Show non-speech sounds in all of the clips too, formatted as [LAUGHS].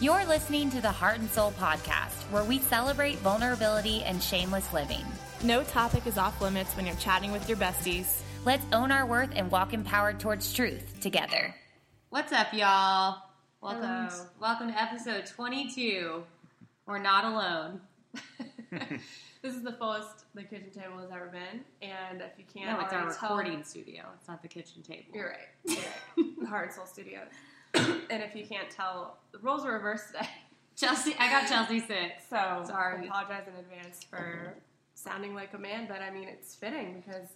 You're listening to the Heart and Soul podcast, where we celebrate vulnerability and shameless living. No topic is off limits when you're chatting with your besties. Let's own our worth and walk empowered towards truth together. What's up, y'all? Welcome, welcome to episode 22. We're not alone. This is the fullest the kitchen table has ever been, and if you can't, No, it's our already tell- recording studio. It's not the kitchen table. You're right. You're right. [LAUGHS] the Heart and Soul Studios. [COUGHS] and if you can't tell, the roles are reversed [LAUGHS] today, Chelsea, I got Chelsea six. [LAUGHS] so Sorry. I apologize in advance for sounding like a man, but I mean it's fitting because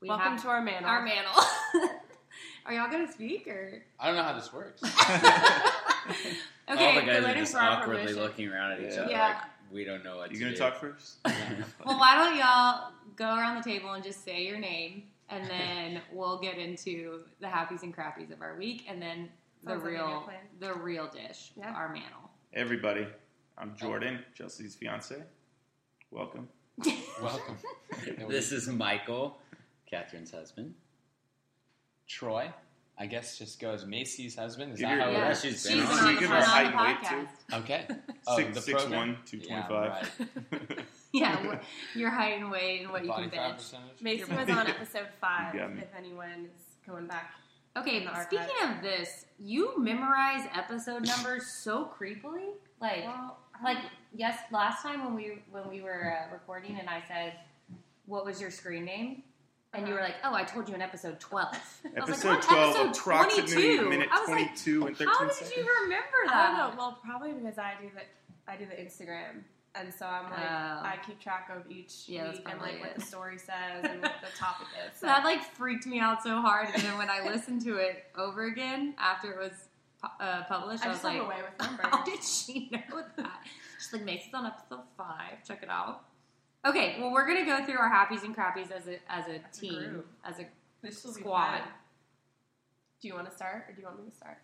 We welcome have to our man. our mantle. [LAUGHS] Are y'all gonna speak or? I don't know how this works. Okay, [LAUGHS] All the they're guys are waiting just for our awkwardly permission. looking around at each other Yeah. like we don't know what You to gonna do. talk first? [LAUGHS] Well, why don't y'all go around the table and just say your name, and then we'll get into the happies and crappies of our week, and then the Sounds like a good real, plan. the real dish, Yeah. our mantle. Everybody, I'm Jordan, Chelsea's fiance. [LAUGHS] Welcome. [LAUGHS] [LAUGHS] Welcome. This is Michael, Catherine's husband. Troy. I guess just go as Macy's husband. Is Give that your- how Oh, yeah, it she's she's been been [LAUGHS] on. on, You the, give on us the height and weight, podcast. is? [LAUGHS] Okay. Oh, Six- six program? one, two Yeah, twenty-five. [LAUGHS] right. [LAUGHS] [LAUGHS] Yeah, we're- your height and weight and what you Body can fat bench. percentage. Mason was [LAUGHS] on episode five. You got me. If anyone's going back, Okay, in the speaking archive. of this, you memorize episode numbers so creepily. Like, well, I like don't- yes, last time when we when we were uh, recording and I said, "What was your screen name?" and you were like, "Oh, I told you in episode 12." [LAUGHS] I was Episode like, "What? 12, episode approximately 22?" minute I was like, 22 and 13 "How did seconds. you remember I don't that?" know. Well, probably because I do the I do the Instagram, and so I'm like Oh. I keep track of each Yeah, that's week and like probably what it. the story says and what [LAUGHS] the topic is. So that like freaked me out so hard, and then when I listened to it over again after it was pu- uh, published, I I, was just like, went away [LAUGHS] with How numbers. did she know that? She's like, Mason's on episode five. Check it out. Okay, well, we're gonna go through our happies and crappies as a as a a team, group. as a this will be squad. fun. Do you want to start or do you want me to start?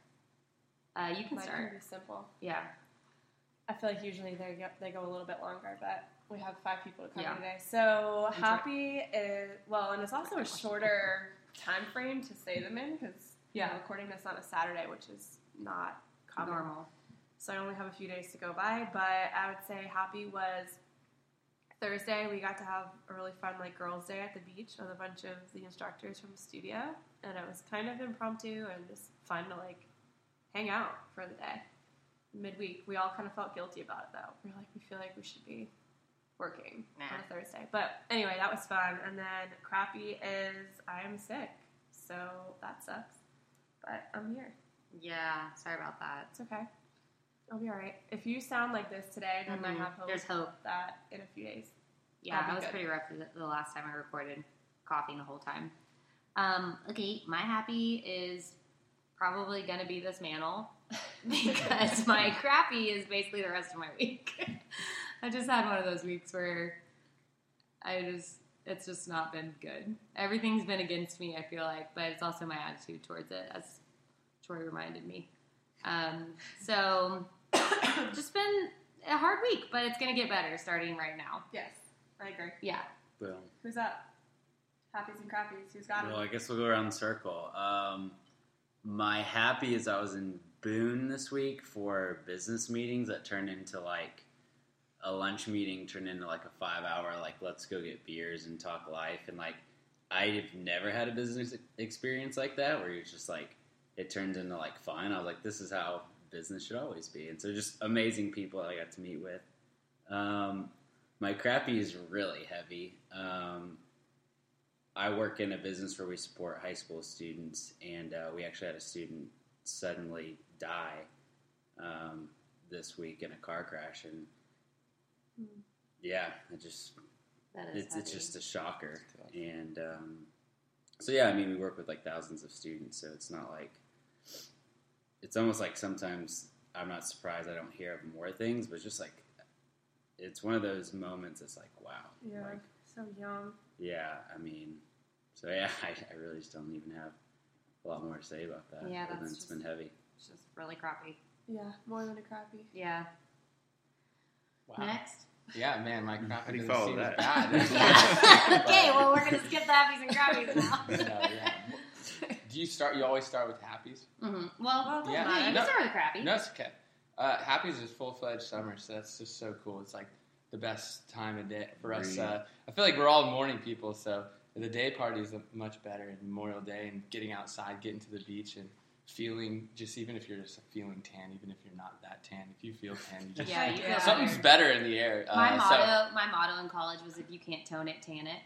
Uh, you can Mine start. can be simple. Yeah, I feel like usually they go, they go a little bit longer, but we have five people to cover Yeah. today. So Enjoy. happy is well, and it's also a shorter time frame to say them in because yeah, I'm recording this on a Saturday, which is not common. normal. so I only have a few days to go by. But I would say happy was Thursday. We got to have a really fun like girls' day at the beach with a bunch of the instructors from the studio, and it was kind of impromptu and just fun to like hang out for the day. Midweek, we all kind of felt guilty about it though. We're like, we feel like we should be working on a Thursday. But anyway, that was fun. And then crappy is I am sick, so that sucks. But I'm here. Yeah, sorry about that. It's okay. I'll be all right. If you sound like this today, then I Mhm. have Mm-hmm. hope There's hope. that in a few days. Yeah, That'd be I was good. pretty rough the, the last time I recorded, coughing the whole time. Um, okay, my happy is probably gonna be this mantle [LAUGHS] [LAUGHS] because my crappy is basically the rest of my week. [LAUGHS] I just had one of those weeks where I just it's just not been good. Everything's been against me. I feel like, but it's also my attitude towards it, as Tori reminded me. Um, so [COUGHS] just been a hard week, but it's gonna get better starting right now. Yes, I agree. Yeah. Boom. Who's up? Happies and crappies. Who's got 'em? Well, I guess we'll go around the circle. Um, my happy is I was in Boone this week for business meetings that turned into like a lunch meeting turned into like a five hour like let's go get beers and talk life and like I've never had a business experience like that where it's just like it turns into like fun. I was like, this is how business should always be, and so just amazing people I got to meet with. Um, my crappy is really heavy. Um, I work in a business where we support high school students, and uh, we actually had a student suddenly die um, this week in a car crash, and Hmm. yeah, it just That is it's, it's heavy. just a shocker It's tough. and um, so yeah i mean we work with like thousands of students so it's not like it's almost like sometimes i'm not surprised i don't hear of more things but it's just like it's one of those moments it's like wow Yeah, like so young. yeah i mean so yeah [LAUGHS] I, I really just don't even have a lot more to say about that Yeah, other than that's it's been just- heavy It's just really crappy. Yeah, more than a crappy. Yeah. Wow. [LAUGHS] Next. Yeah, man, my crap How do you doesn't follow seem as that? bad. [LAUGHS] Yeah. okay, [LAUGHS] well, we're going to skip the happies and crappies now. No, yeah. [LAUGHS] Do you start? You always start with happies. hmm Well, well Yeah. yeah, you can No. start with a crappy. No, it's okay. Uh, Happy's is full fledged summer, so that's just so cool. It's like the best time of day for us. Agreed. Uh, I feel like we're all morning people, so the day party is much better. And Memorial Day and getting outside, getting to the beach, and feeling just even if you're just feeling tan, even if you're not that tan, if you feel tan, you [LAUGHS] just Yeah, you feel something's better. better in the air. My uh, motto, so, my motto in college was if you can't tone it, tan [LAUGHS] it.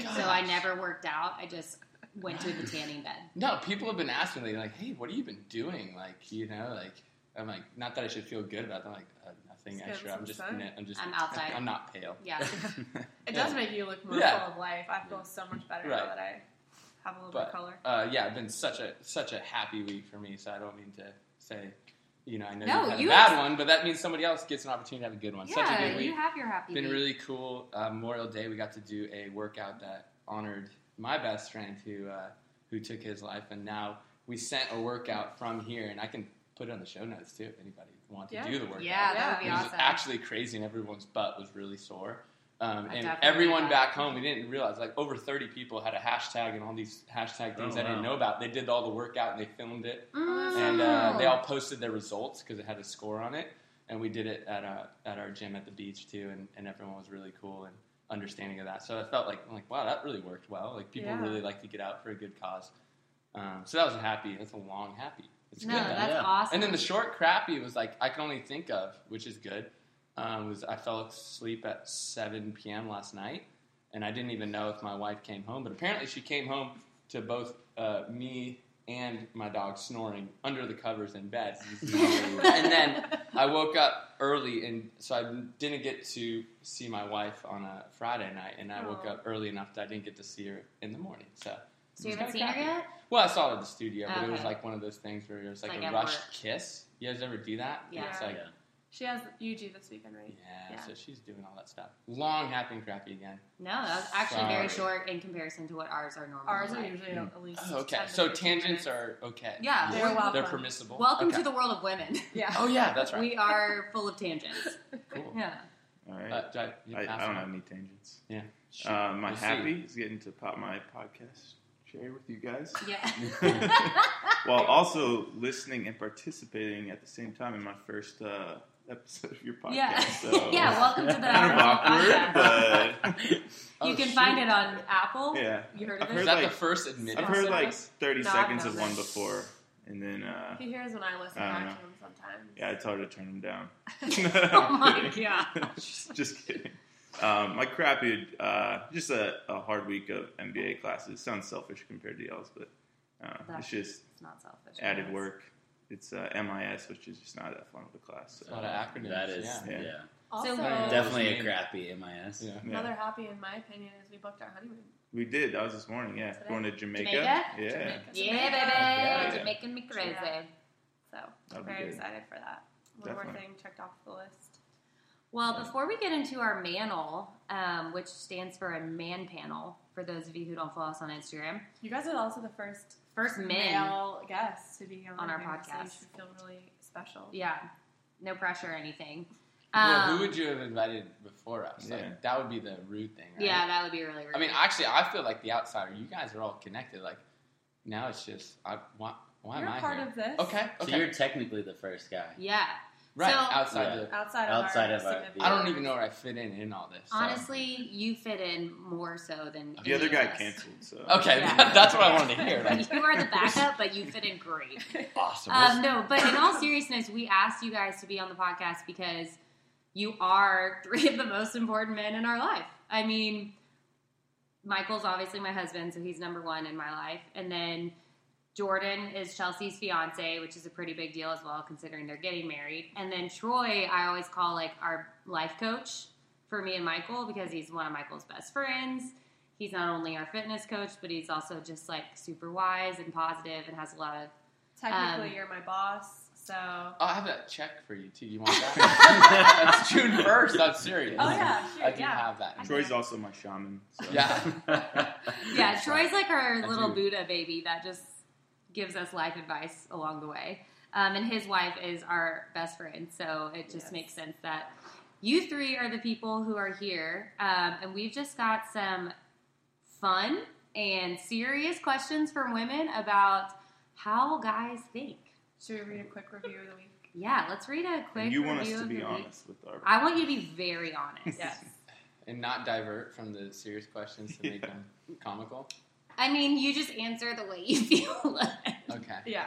So Gosh. I never worked out. I just went to the tanning bed. no, people have been asking me like, "Hey, what have you been doing?" Like, you know, like. I'm like, not that I should feel good about. It. I'm like, uh, nothing Just get extra. some I'm just, sun. I'm just, I'm outside. [LAUGHS] I'm not pale. Yeah. [LAUGHS] It does make you look more Yeah. full of life. I feel so much better now Right. that I have a little bit But- of color. uh, yeah, it's been such a such a happy week for me. So I don't mean to say, you know, I know No, you had you a bad one, but that means somebody else gets an opportunity to have a good one. such a yeah, good week. you have your happy been week. really cool. Uh, Memorial Day, we got to do a workout that honored my best friend who uh, who took his life, and now we sent a workout from here, and I can put it on the show notes too if anybody wants Yeah. to do the workout. yeah, that would be It was awesome. actually crazy, and everyone's butt was really sore. Um, I and definitely everyone got back it. home, we didn't realize like over 30 people had a hashtag and all these hashtag things Oh, I didn't wow. know about. They did all the workout and they filmed it, Mm. and uh, they all posted their results because it had a score on it. And we did it at uh, at our gym at the beach too, and, and everyone was really cool and understanding of that. So I felt like I'm like wow, that really worked well. Like people Yeah. really like to get out for a good cause. Um, so that was a happy. That's a long happy. It's no, good. though. that's Yeah. awesome. And [LAUGHS] then the short crappy was like I can only think of, which is good. Um, was I fell asleep at 7 p.m. last night, and I didn't even know if my wife came home. But apparently, she came home to both uh, me and my dog snoring under the covers in bed. and then I woke up early, and so I didn't get to see my wife on a Friday night. And I woke Aw. up early enough that I didn't get to see her in the morning. So so you it's haven't seen kinda her crappy. yet? well, I saw it at the studio, but it was Okay. like one of those things where it was like, Like a at rushed work. kiss. You guys ever do that? And It's Yeah. like, She has UG this weekend, yeah, right? Yeah. So she's doing all that stuff. Long, happy, and crappy again. No, that was actually very Sorry. short in comparison to what ours are normally. Ours are like. usually at least. Oh, okay. 10 to So 15 tangents minutes. are okay. Yeah, They're welcome. They're permissible. Welcome Okay. to the world of [LAUGHS] women. [LAUGHS] Yeah. Oh yeah, that's right. We are full of tangents. cool. Yeah. All right. Uh, do I, you I, pass I don't on? have any tangents. Shoot. Uh, my We'll see. happy is getting to pop my podcast share with [LAUGHS] you guys. [LAUGHS] Yeah. while also listening and participating at the same time in my first uh, episode of your [LAUGHS] podcast. Yeah. So, yeah. Welcome to the Kind of [LAUGHS] awkward, podcast. but [LAUGHS] Oh, you can shoot. find it on Apple. yeah. [LAUGHS] You heard [LAUGHS] I've of Is heard it? that like- the first admittance? I've heard of like us? 30 No, I've seconds of known one this. before, and then uh, He hears when I listen I don't back know. to him sometimes. yeah, I told her to turn [LAUGHS] them down. [LAUGHS] [LAUGHS] oh my I'm kidding. god. just kidding. Um, my crappy, uh, just a, a hard week of MBA classes. Sounds selfish compared to y'all's, but uh, it's That's- just It's not selfish. added work. It's uh, MIS, which is just not that fun of a class. A lot of acronyms, [LAUGHS] That is, yeah. yeah, Yeah. Also, So- definitely Yeah. a crappy MIS. Yeah. Yeah. another happy, in my opinion, is we booked our honeymoon. We did. That was this morning. Yeah, Today. going to Jamaica. Jamaica? Yeah, Jamaica. Yeah, baby. Yeah. You're making me crazy. Yeah. So That'd be very good. excited for that. One more Definitely. thing checked off the list. Well, before we get into our manal, um, which stands for a man panel, for those of you who don't follow us on Instagram, You guys are also the first first men. male guests to be on, On our here, so you podcast. should feel really special. Yeah. No pressure or anything. Well, Um, who would you have invited before us? Yeah. Like that would be the rude thing, right? Yeah, that would be really rude. I mean, actually, I feel like the outsider. You guys are all connected. Like now, it's just I why, why You're am I part here? of this. okay, So okay, you're technically the first guy. [LAUGHS] yeah. right so- outside Yeah. the. Outside of Outside our of our- significant I don't even know where I fit in in all this. so- Honestly, you fit in more so than The other any guy of us. [LAUGHS] canceled. So Okay, Yeah. [LAUGHS] that's what I wanted to hear. [LAUGHS] Like, [LAUGHS] you are the backup, but you fit in great. awesome. Um, no, but in all seriousness, we asked you guys to be on the podcast because you are three of the most important men in our life. I mean, Michael's obviously my husband, so he's number one in my life. And then Jordan is Chelsea's fiance, which is a pretty big deal as well, considering they're getting married. And then Troy, I always call like our life coach for me and Michael because he's one of Michael's best friends. He's not only our fitness coach, but he's also just like super wise and positive and has a lot of Technically, Um, you're my boss, so. Oh, I have that check for you too. You want that? [LAUGHS] That's June first. I'm serious. Oh yeah, sure, I do yeah. have that. Troy's also my shaman. So. Yeah. Yeah, Troy's like our I little do. Buddha baby that just gives us life advice along the way. Um, and his wife is our best friend, so it just Yes. makes sense that you three are the people who are here. Um, and we've just got some fun and serious questions from women about how guys think. [LAUGHS] Should we read a quick review of the week? Yeah, let's read a quick. And you want us review to of be the week. honest with our. I want you to be very honest. [LAUGHS] Yes. and not divert from the serious questions to make Yeah. [LAUGHS] them comical. I mean, you just answer the way you feel. [LAUGHS] Okay. Yeah.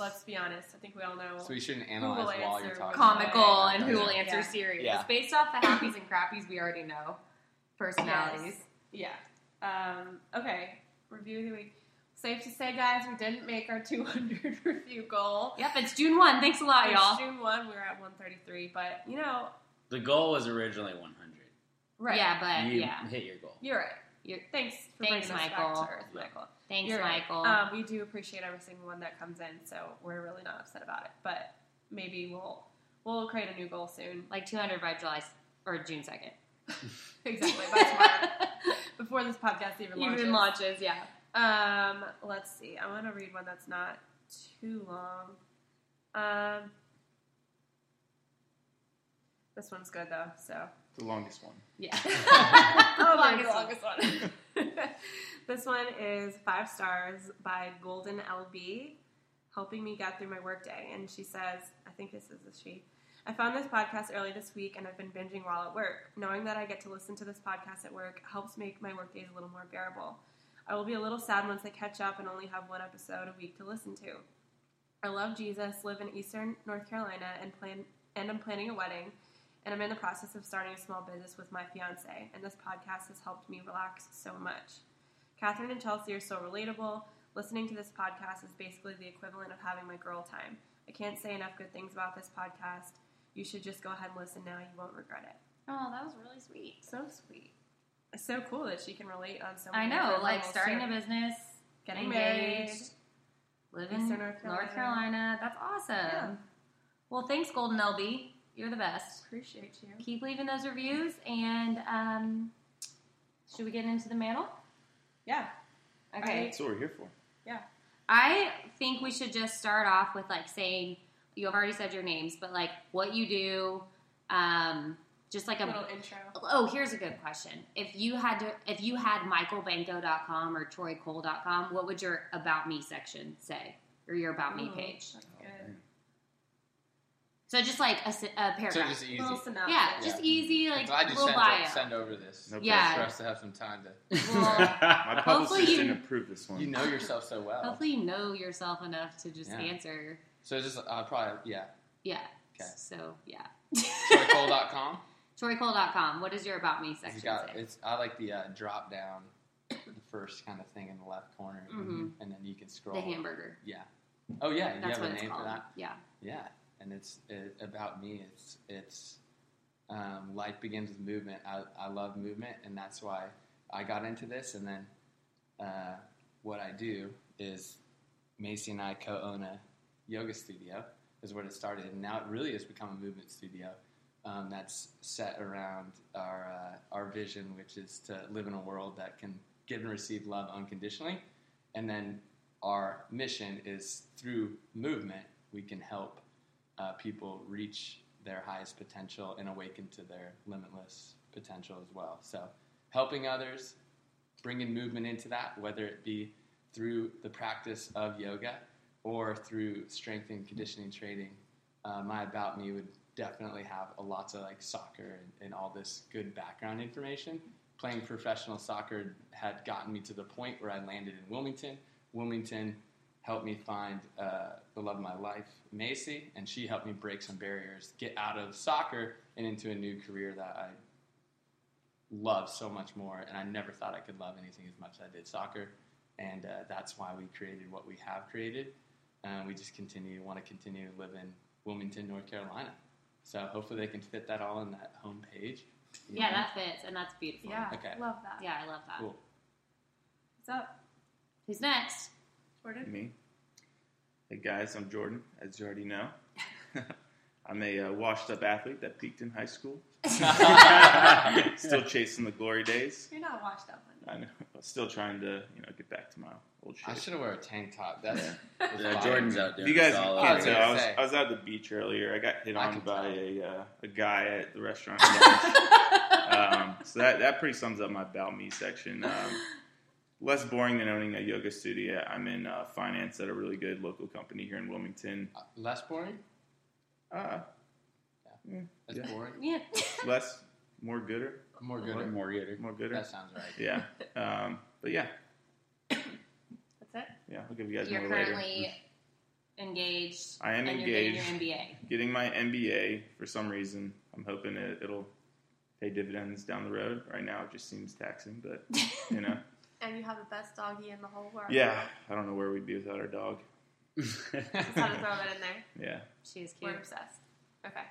Let's be honest. I think we all know. So we shouldn't Who analyze will while you're answer talking. Comical about it. and who will Yeah. answer Yeah. serious. Yeah. Based off the happies and crappies we already know, personalities. Yeah. Um, okay. Review of the week. Safe to say, guys, we didn't make our 200 [LAUGHS] review goal. Yep, it's June 1. Thanks a lot, It's y'all. June 1, we were at 133, but you know, [LAUGHS] The goal was originally 100. right. Yeah, but you Uh, yeah. hit your goal. You're right. You're- Thanks for Thanks, bringing us back Michael. to earth, Yeah. Michael. Thanks, You're right. Michael. Um, we do appreciate every single one that comes in, so we're really not upset about it. But maybe we'll we'll create a new goal soon. [LAUGHS] like 200 by July s- or June 2nd. Exactly by [LAUGHS] tomorrow, before this podcast even launches. Even launches, yeah. Um, let's see. I want to read one that's not too long. Um, this one's good though. So The longest one. Yeah. [LAUGHS] oh, Longest one. this one is five stars by Golden LB, helping me get through my workday. And she says, I think this is a she. I found this podcast early this week and I've been binging while at work. Knowing that I get to listen to this podcast at work helps make my workdays a little more bearable. I will be a little sad once I catch up and only have one episode a week to listen to. I love Jesus, live in Eastern North Carolina, and plan and I'm planning a wedding, and I'm in the process of starting a small business with my fiance, and this podcast has helped me relax so much. Catherine and Chelsea are so relatable. Listening to this podcast is basically the equivalent of having my girl time. I can't say enough good things about this podcast. You should just go ahead and listen now. You won't regret it. Oh, that was really sweet. So sweet. It's so cool that she can relate on so many I know, different like levels, starting too. a business, Getting engaged, married. living in Eastern North North Carolina. Carolina. That's awesome. Yeah. Well, thanks, Golden LB. You're the best. Appreciate you. Keep leaving those reviews, and um, should we get into the mantle? Yeah. Okay. That's what we're here for. I think we should just start off with like saying you have already said your names, but like what you do, um, just like a Little intro. Oh, here's a good question. If you had to, if you had michaelbanco.com or troycole.com, what would your about me section say or your about me Ooh, page? that's Oh, good. man. So just like a, s- a paragraph. So just easy. Little synopsis. yeah, just easy, like I'm glad you little sent, bio. send over this. No Yeah. For us to have some time to. Well, [LAUGHS] [LAUGHS] Uh, My Hopefully publicist you- didn't approve this one. You know yourself so well. hopefully you know yourself enough to just Yeah. answer. So just uh, probably [LAUGHS] yeah. Yeah. Okay. So yeah. Troycole.com. [LAUGHS] Troycole.com. What is your about me section It's got say? it's. I like the uh, drop down, the first kind of thing in the left corner, Mhm. and then you can scroll. The hamburger. Yeah. Oh yeah, you That's have what a it's name called. for that. Yeah. Yeah, and it's it, about me. It's it's um, life begins with movement. I, I love movement, and that's why I got into this. And then uh, what I do is Macy and I co-own a yoga studio. Is what it started, and now it really has become a movement studio. Um, that's set around our uh, our vision, which is to live in a world that can give and receive love unconditionally, and then our mission is through movement we can help uh, people reach their highest potential and awaken to their limitless potential as well. So, helping others, bringing movement into that, whether it be through the practice of yoga or through strength and conditioning training, uh, my about me would definitely have a lots of like soccer and, and all this good background information. Playing professional soccer had gotten me to the point where I landed in Wilmington. Wilmington helped me find uh, the love of my life, Macy, and she helped me break some barriers, get out of soccer and into a new career that I love so much more. And I never thought I could love anything as much as I did soccer. And uh, that's why we created what we have created. And we just continue, want to continue to live in Wilmington, North Carolina. So hopefully they can fit that all in that homepage. Yeah, that fits, and that's beautiful. Yeah. Okay. Love that. Yeah, I love that. cool. What's up? Who's next? Jordan? Me. Hey guys, I'm Jordan, as you already know. [LAUGHS] I'm a uh, washed up athlete that peaked in [LAUGHS] high school. Still chasing the glory days. You're not washed up. Linda. I know. Still trying to, you know, get back to my old shape. I should have wear a tank top. That's [LAUGHS] that's Yeah, fine. Jordan's out If doing you guys, us all I, over. was, I, was, Say. I was at the beach earlier. I got hit I on can by tell. a, uh, a guy at the restaurant. um, so that, that pretty sums up my about me section. Um, less boring than owning a yoga studio. I'm in uh, finance at a really good local company here in Wilmington. Uh, Less boring? Uh, That's Yeah. boring. Yeah. less, more gooder, More More, good. more [LAUGHS] [LAUGHS] gooder. more gooder. That sounds right. yeah. Um, but yeah, That's it. yeah, I'll give you guys You're more later. currently engaged. I am and You're engaged. getting your MBA. Getting my MBA for some reason. I'm hoping it, it'll pay dividends down the road. Right now, it just seems taxing, but [LAUGHS] you know, And you have the best doggy in the whole world. yeah, I don't know where we'd be without our dog. Just had to throw that in there. Yeah, She is cute. We're obsessed. Okay.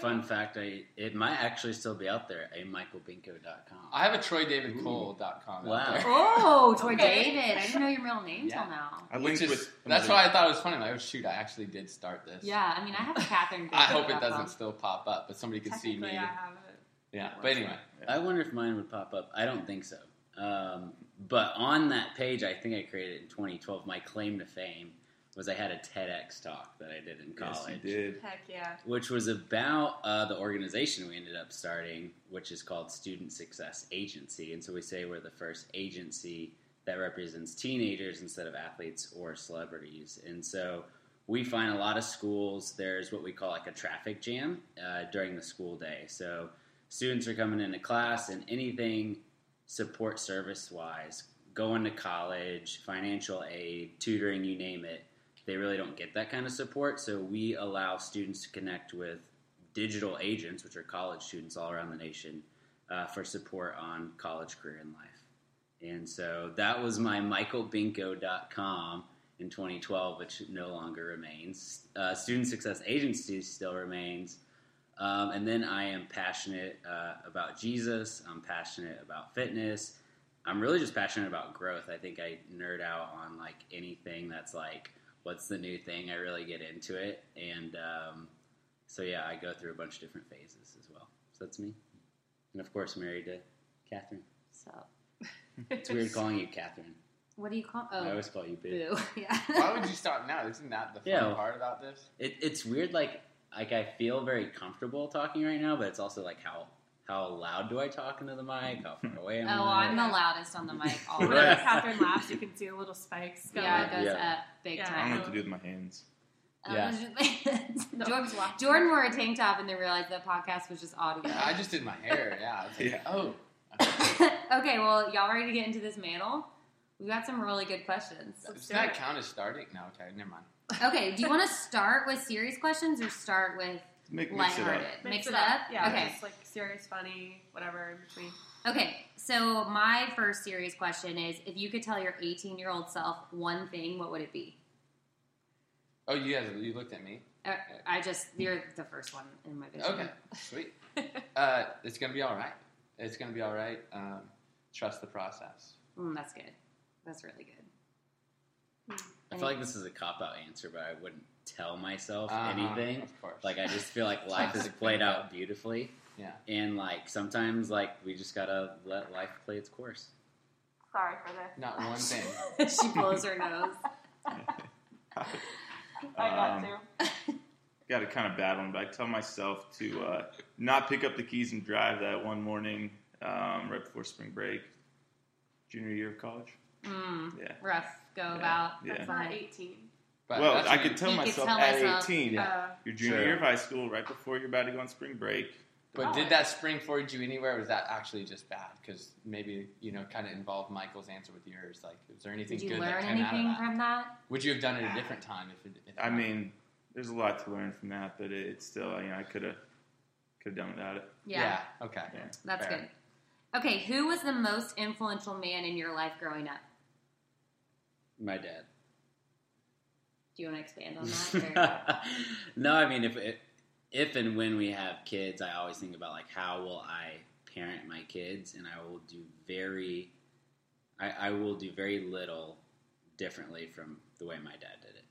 Fun fact: I it might actually still be out there. A michaelbinko.com. I have a TroyDavidCole.com. Wow. Out there. [LAUGHS] Oh, Troy Okay. David. I didn't know your real name Yeah. till now. I Which linked is, with. that's another- why I thought it was funny. Like, oh shoot, I actually did start this. Yeah, I mean, I have a Catherine. [LAUGHS] I hope it Griffin doesn't stuff. still pop up, but somebody could see Technically, me. I have it. Yeah. But anyway, I wonder if mine would pop up. I don't think so. Um, but on that page, I think I created in 2012. My claim to fame was I had a TEDx talk that I did in Yes, college, you did. Heck yeah. which was about uh, the organization we ended up starting, which is called Student Success Agency. And so we say we're the first agency that represents teenagers instead of athletes or celebrities. And so we find a lot of schools, there's what we call like a traffic jam uh, during the school day. So students are coming into class and anything support service wise, going to college, financial aid, tutoring, you name it, they really don't get that kind of support. So we allow students to connect with digital agents, which are college students all around the nation, uh, for support on college, career, and life. And so that was my michaelbinko.com in 2012, which no longer remains. Uh, Student Success Agency still remains. Um, and then I am passionate uh, about Jesus. I'm passionate about fitness. I'm really just passionate about growth. I think I nerd out on like anything that's like, what's the new thing? I really get into it. And um, so, yeah, I go through a bunch of different phases as well. So that's me. And of course, married to Catherine. So, [LAUGHS] It's weird calling you Catherine. what do you call? I Oh, always call you Boo. boo. [LAUGHS] Yeah. why would you stop now? Isn't that the fun Yeah. part about this? It, it's weird, like like I feel very comfortable talking right now, but it's also like how how loud do I talk into the mic? How far away am Oh, I? I'm the loudest on the [LAUGHS] mic. Always. Whenever Right. Catherine laughs, you can see the little spikes going. Yeah, it goes Yeah. up big Yeah. I don't know time. what to do with my hands. Yeah. [LAUGHS] No, Jordan, it's locked. Jordan wore a tank top and then realized that podcast was just audio. I just did my hair. Yeah. I was like, Yeah. [COUGHS] [LAUGHS] Oh. okay, well, y'all ready to get into this mantle? We've got some really good questions. Does that count as starting? No. Okay. Never mind. Okay, do you want to start with serious questions or start with Make, mix it up. lighthearted? Mix, it up? Yeah, Okay. just like serious, funny, whatever in between. Okay, so my first serious question is if you could tell your 18 year old self one thing, what would it be? Oh, you guys, you looked at me. Uh, I just, you're the first one in my vision. Okay. [LAUGHS] Sweet. Uh, it's gonna be all right. It's gonna be all right. Um, trust the process. Mm, that's good. That's really good. I feel like this is a cop out answer, but I wouldn't tell myself Uh-huh, anything. Of course. Like I just feel [LAUGHS] like life is played out beautifully, yeah. and like sometimes like we just gotta let life play its course. Sorry for this. Not one [LAUGHS] [LAUGHS] thing. she blows her nose. I got Um, to. got to kind of battle him, but I tell myself to uh, not pick up the keys and drive that one morning um, right before spring break, junior year of college. Mm, Yeah. rough go Yeah, about. yeah. That's It's not not it. 18. But well, that's I what could you- tell You could myself tell at myself, 18, Uh, your junior Sure. year of high school, right before you're about to go on spring break. But Oh, did that spring forward you anywhere? Or was that actually just bad? Because maybe you know, kind of involved Michael's answer with yours. Like, was there anything Did you good learn that came out of anything that? from that? Would you have done it a different time if? It, if I mean, there's a lot to learn from that, but it, it's still, you know, I could have could have done without it. Yeah, Okay. Yeah. that's fair. good. Okay, who was the most influential man in your life growing up? My dad. Do you want to expand on [LAUGHS] [LAUGHS] that? no, I mean if it, if and when we have kids, I always think about like how will I parent my kids, and I will do very, I, I will do very little differently from the way my dad did it.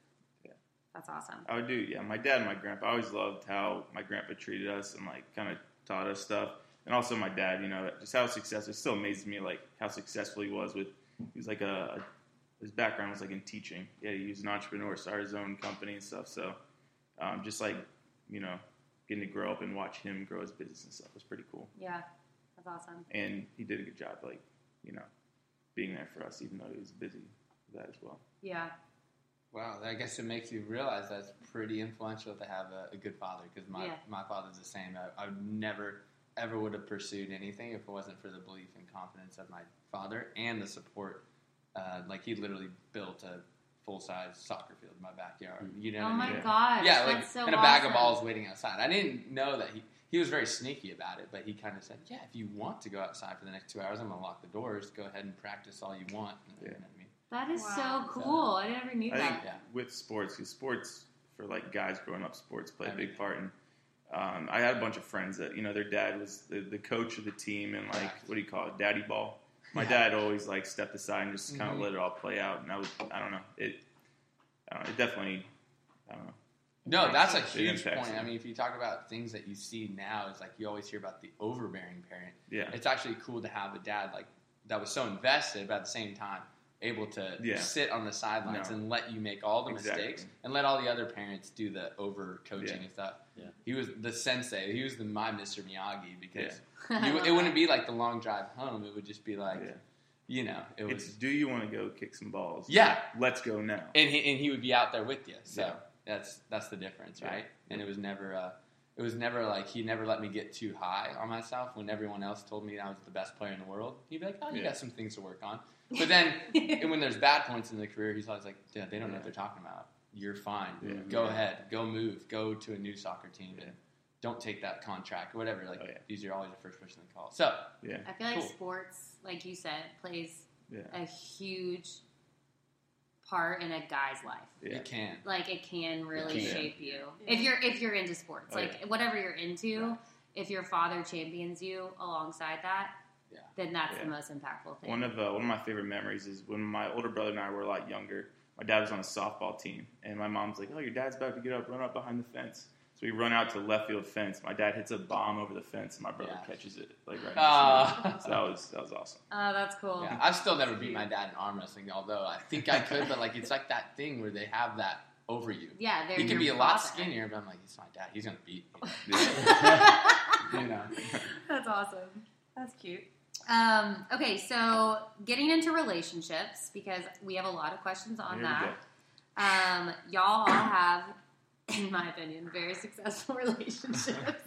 That's awesome. I would do, yeah. My dad and my grandpa. I always loved how my grandpa treated us and like kind of taught us stuff. And also my dad, you know, just how successful. It still amazes me like how successful he was with. He was like a, his background was like in teaching. Yeah, he was an entrepreneur, started his own company and stuff. So, um, just like you know, getting to grow up and watch him grow his business and stuff was pretty cool. Yeah, that's awesome. And he did a good job, like you know, being there for us, even though he was busy with that as well. Yeah, Wow, I guess it makes you realize that's pretty influential to have a, a good father because my, Yeah. my father's the same. I, I never, ever would have pursued anything if it wasn't for the belief and confidence of my father and the support. Uh, like, he literally built a full size soccer field in my backyard. You know oh what my I mean? gosh, yeah, like, that's so and a bag of awesome. balls waiting outside. I didn't know that he, he was very sneaky about it, but he kind of said, Yeah, if you want to go outside for the next two hours, I'm going to lock the doors. Go ahead and practice all you want. You know Yeah. what I mean? That is Wow. so cool. I never knew I that. think Yeah. with sports, because sports for like guys growing up, sports play a big Everything. part. And um, I had a bunch of friends that you know their dad was the, the coach of the team, and like Yeah. what do you call it, daddy ball. My Yeah. dad always like stepped aside and just kind of Mhm. let it all play out. And I was, I don't know, it, I don't know, it definitely, I don't know. No, that's a It huge impacts point. you. I mean, if you talk about things that you see now, it's like you always hear about the overbearing parent. Yeah, It's actually cool to have a dad like that was so invested, but at the same time able to Yeah. sit on the sidelines No. and let you make all the Exactly. mistakes and let all the other parents do the over coaching Yeah. and stuff. Yeah. He was the sensei. He was the my Mr. Miyagi because I you, love it wouldn't that. be like the long drive home. It would just be like yeah. you know it was It's do you want to go kick some balls? Yeah. let's go now. and he and he would be out there with you. So Yeah. that's that's the difference, Yeah. right? And it was never uh, it was never like he never let me get too high on myself when everyone else told me I was the best player in the world. He'd be like, "Oh, you Yeah. got some things to work on." But [LAUGHS] then and when there's bad points in the career, he's always like, "Yeah, they don't know Yeah. what they're talking about. You're fine. Yeah. Go Yeah. ahead. Go move. Go to a new soccer team Yeah. and don't take that contract, whatever." Like Oh, yeah. these are always the first person to call. So Yeah, [LAUGHS] I feel like Cool. sports, like you said, plays yeah, a huge part in a guy's life. yeah. it can. Like it can really can. shape you Yeah. if you're if you're into sports. Oh, like whatever you're into, if your father champions you alongside that, Yeah. then that's Yeah. the most impactful thing. One of uh, one of my favorite memories is when my older brother and I were a lot younger. My dad was on a softball team, and my mom's like, "Oh, your dad's about to get up, run up behind the fence." So we run out to the left field fence. My dad hits a bomb over the fence, and my brother Yeah. catches it like right. next to Uh, [LAUGHS] me. So that was that was awesome. oh, that's cool. Yeah, I've still never beat my dad in arm wrestling, although I think I could, but like it's like that thing where they have that over you. Yeah, they're He can your be a lot father. skinnier, but I'm like, he's my dad. He's gonna beat me. [LAUGHS] You know. that's awesome. That's cute. Um, okay, so getting into relationships because we have a lot of questions on Here we that. Um, y'all all have, in my opinion, very successful [LAUGHS] relationships.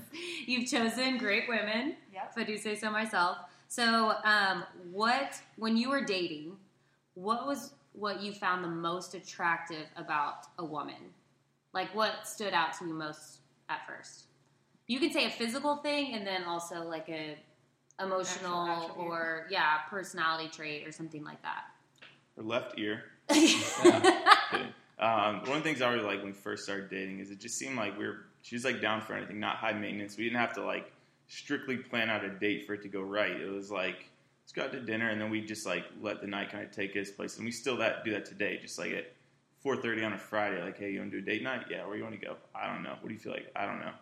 You've chosen great women, Yep. if I do say so myself. So, um, what when you were dating, what was what you found the most attractive about a woman? Like, what stood out to you most at first? You can say a physical thing, and then also like a emotional Actual attribute. or yeah, personality trait or something like that. Her left ear. [LAUGHS] Kidding. Um, one of the things I really like when we first started dating is it just seemed like we were she was like down for anything, not high maintenance. We didn't have to like strictly plan out a date for it to go right. It was like let's go out to dinner and then we just like let the night kind of take its place. And we still that do that today, just like at four thirty on a Friday, like hey, you want to do a date night? Yeah, where you want to go? I don't know. What do you feel like? I don't know.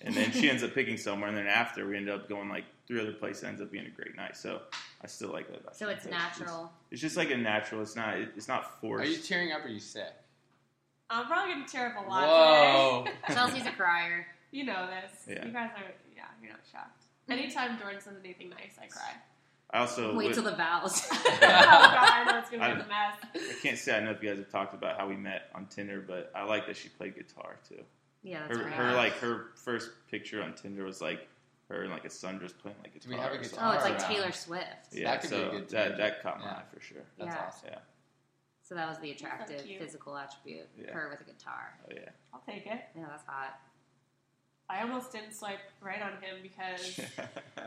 And then she ends up picking somewhere, and then after we end up going like three other places. It ends up being a great night. So I still like that. about so her. [LAUGHS] it's natural. It's just like a natural. It's not. It's not forced. Are you tearing up? Or are you sick? I'm probably gonna tear up a lot today. Whoa. Chelsea's a crier. You know this. Yeah. You guys are. Yeah, you're not shocked. Anytime Jordan says anything nice, I cry. [LAUGHS] I also Wait would- till the vows. [LAUGHS] oh God, I know it's gonna I- be a mess. I can't say I know if you guys have talked about how we met on Tinder, but I like that she played guitar too. yeah, that's Her, right. her like her first picture on Tinder was like her in like a sundress playing like Do guitar. we have a or guitar? something. oh, it's like Alright. Taylor Swift. Yeah, That could be so a good that Tinder. that caught my Yeah. eye for sure. [LAUGHS] That's Yeah. awesome. Yeah, So that was the attractive cute. physical attribute. Yeah. Her with a guitar. oh yeah. I'll take it. Yeah, that's hot. I almost didn't swipe right on him [LAUGHS] because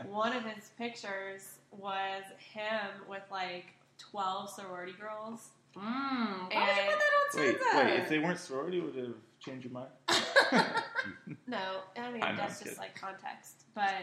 one of his pictures was him with like 12 sorority girls. Mm, why would you And- put that on wait, Tinder? wait. If they weren't sorority, would it have changed your mind? No, I mean, I that's know, I'm just kidding. like context. But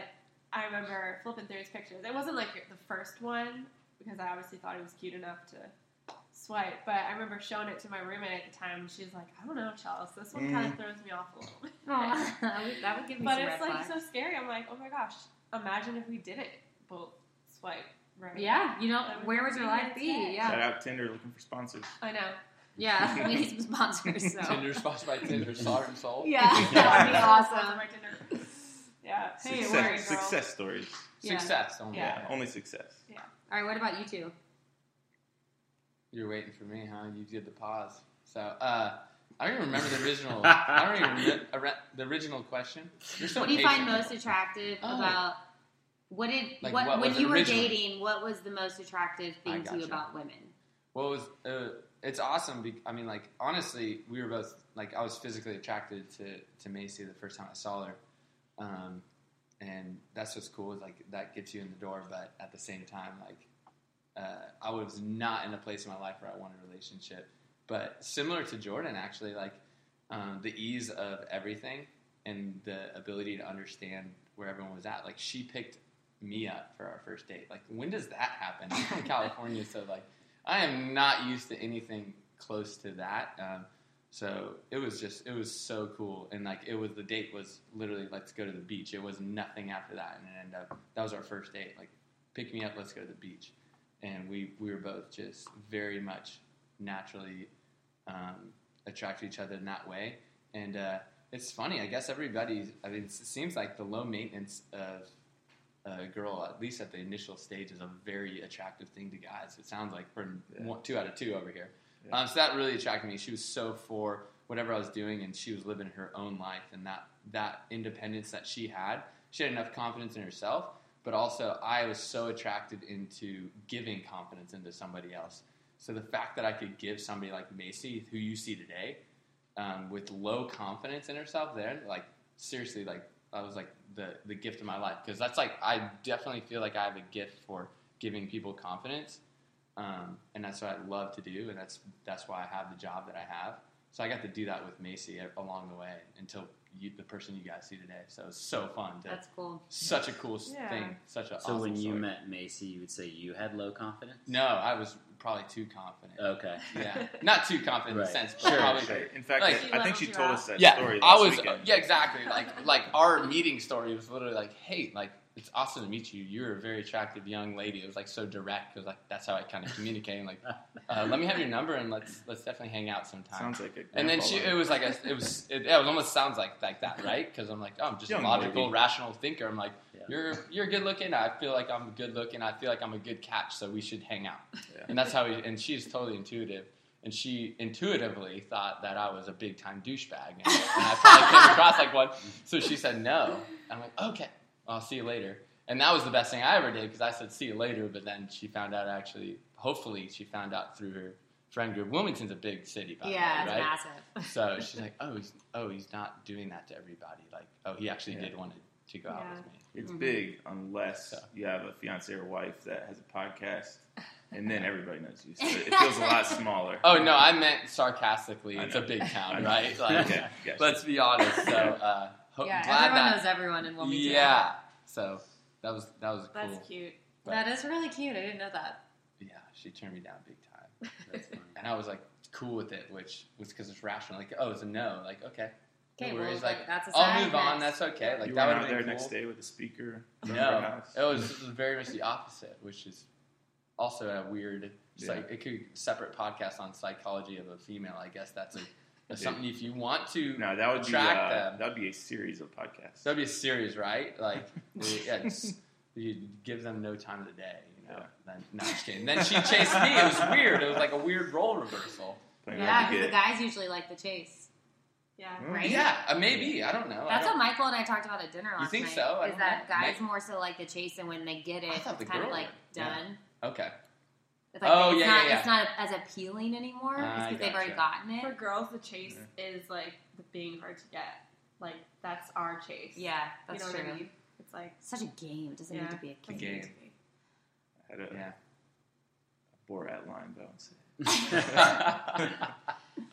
I remember flipping through his pictures. It wasn't like the first one because I obviously thought he was cute enough to swipe. But I remember showing it to my roommate at the time and she was like, I don't know, Chalice, this one Mm. kind of throws me off a little bit. Aw, [LAUGHS] that would- that would give me But some it's red like so flags. scary. I'm like, oh my gosh, imagine if we didn't both swipe right. yeah, you know, That would where would be your life the be? intent. Shout Yeah, out Tinder looking for sponsors. I know. [LAUGHS] yeah, [LAUGHS] we need some sponsors. So. Tinder sponsored by Tinder Salt and Soul. Yeah, [LAUGHS] that would be awesome. Yeah. Hey, success, worry, girl. success stories. Yeah. Success. Only. Yeah. Yeah. only success. All right, what about you two? You're waiting for me, huh? You did the pause. So uh, I don't even remember the original. I don't even re- re- the original question. You're so what do you patient. find most attractive Oh. about what did Like, what, what when was you were originally? dating? What was the most attractive I thing to you gotcha. about women? Well, it was, uh, it's awesome. Be- I mean, like honestly, we were both like I was physically attracted to to Macy the first time I saw her, um, and that's what's cool is like that gets you in the door, but at the same time, like uh, I was not in a place in my life where I wanted a relationship. But similar to Jordan, actually, like um, the ease of everything and the ability to understand where everyone was at. Like she picked me up for our first date. Like when does that happen? I'm from California, so like I am not used to anything close to that. Um, so it was just, it was so cool. And like, it was, the date was literally, let's go to the beach. It was nothing after that. And it ended up, that was our first date. Like, pick me up, let's go to the beach. And we, we were both just very much naturally um, attracted to each other in that way. And uh, it's funny, I guess everybody, I mean, it seems like the low maintenance of a girl, at least at the initial stage, is a very attractive thing to guys. It sounds like for Yeah. one, two out of two over here. Yeah. Um, so that really attracted me. She was so for whatever I was doing, and she was living her own life, and that that independence that she had, she had enough confidence in herself. But also, I was so attracted into giving confidence into somebody else. So the fact that I could give somebody like Macy, who you see today, um, with low confidence in herself, there, like seriously, like that was like the the gift of my life because that's like I definitely feel like I have a gift for giving people confidence, um, and that's what I love to do, and that's that's why I have the job that I have. So I got to do that with Macy a- along the way until you, the person you guys see today. So it's so fun. To, That's cool. [LAUGHS] such a cool s Yeah. thing. Such a So awesome when you story. met Macy, you would say you had low confidence. No, I was probably too [LAUGHS] confident. Okay. yeah, not too confident in Right. a sense, but Sure, probably sure. In fact, Like- I, I think she told us that yeah, story. I last was uh, weekend. yeah, exactly. Like like our meeting story was literally like, hey, like it's awesome to meet you. You're a very attractive young lady. It was like so direct because like that's how I kind of communicate. And, like, uh, let me have your number and let's let's definitely hang out sometime. Sounds like a. and then she, grandpa it was like a, it was, it, yeah, it almost sounds like like that, right? [LAUGHS] Because I'm like, oh, I'm just a Young logical, lady. rational thinker. I'm like, Yeah. you're you're good looking. I feel like I'm good looking. I feel like I'm a good catch. So we should hang out. Yeah. And that's how. We, and she's totally intuitive. And she intuitively thought that I was a big time douchebag, and, and I probably came across like one. So she said no. I'm like, okay, I'll see you later. And that was the best thing I ever did because I said see you later, but then she found out actually. Hopefully, she found out through her friend group. Wilmington's a big city, by yeah, the it's way, right? massive. [LAUGHS] So she's like, oh, he's, oh, he's not doing that to everybody. Like, oh, he actually Yeah. did want to, to go out Yeah. with me. It's Mhm. big unless Yeah. you have a fiance or wife that has a podcast, and then everybody knows you. So it feels a [LAUGHS] lot smaller. Oh no, I meant sarcastically. I It's a know. big I town, know. right? Like, [LAUGHS] okay, gotcha. let's be honest. So, uh, ho- yeah, glad everyone that. knows everyone in Wilmington. yeah. So that was that was That's cool. cute. but- that is really cute. I didn't know that. [LAUGHS] Yeah, she turned me down big time. That's funny. and I was like cool with it, which was because it's rational. Like, oh, it's a no. Like, okay, no Okay, well, worries. like, like, that's a I'll sign. move on. Next. That's okay. Like you that would went out have been there cool. next day with a speaker. from your No, house. it was, it was very much the opposite, which is also a weird. Psych, It could separate podcast on psychology of a female. I guess that's a, that's something if you want to. no, that would be Attract uh, them. that would be a series of podcasts. That'd be a series, right? Like, yeah, it's- you give them no time of the day. You know. Yeah. Then, no, I'm just kidding. Then she chased me. It was weird. It was like a weird role reversal. Playing Yeah, hard [LAUGHS] to because the get. guys usually like the chase, Yeah. Hmm? right? Yeah, uh, maybe. I don't know. I That's don't- what Michael and I talked about at dinner You last think night. so? I Is don't that know. guys Ma- more so like the chase, and when they get I it, thought the it's kind of girl like would. Yeah. done. okay. It's like Oh, it's yeah, not, yeah, yeah. It's not as appealing anymore I because they've already gotcha. gotten For it. girls, the chase is like the being hard to get. Like that's our chase. Yeah, You that's know true. what I mean? It's like Such a game. It doesn't need Yeah. to be a that's game. game. to me. I had a Yeah. Borat line, but I [LAUGHS] won't say it.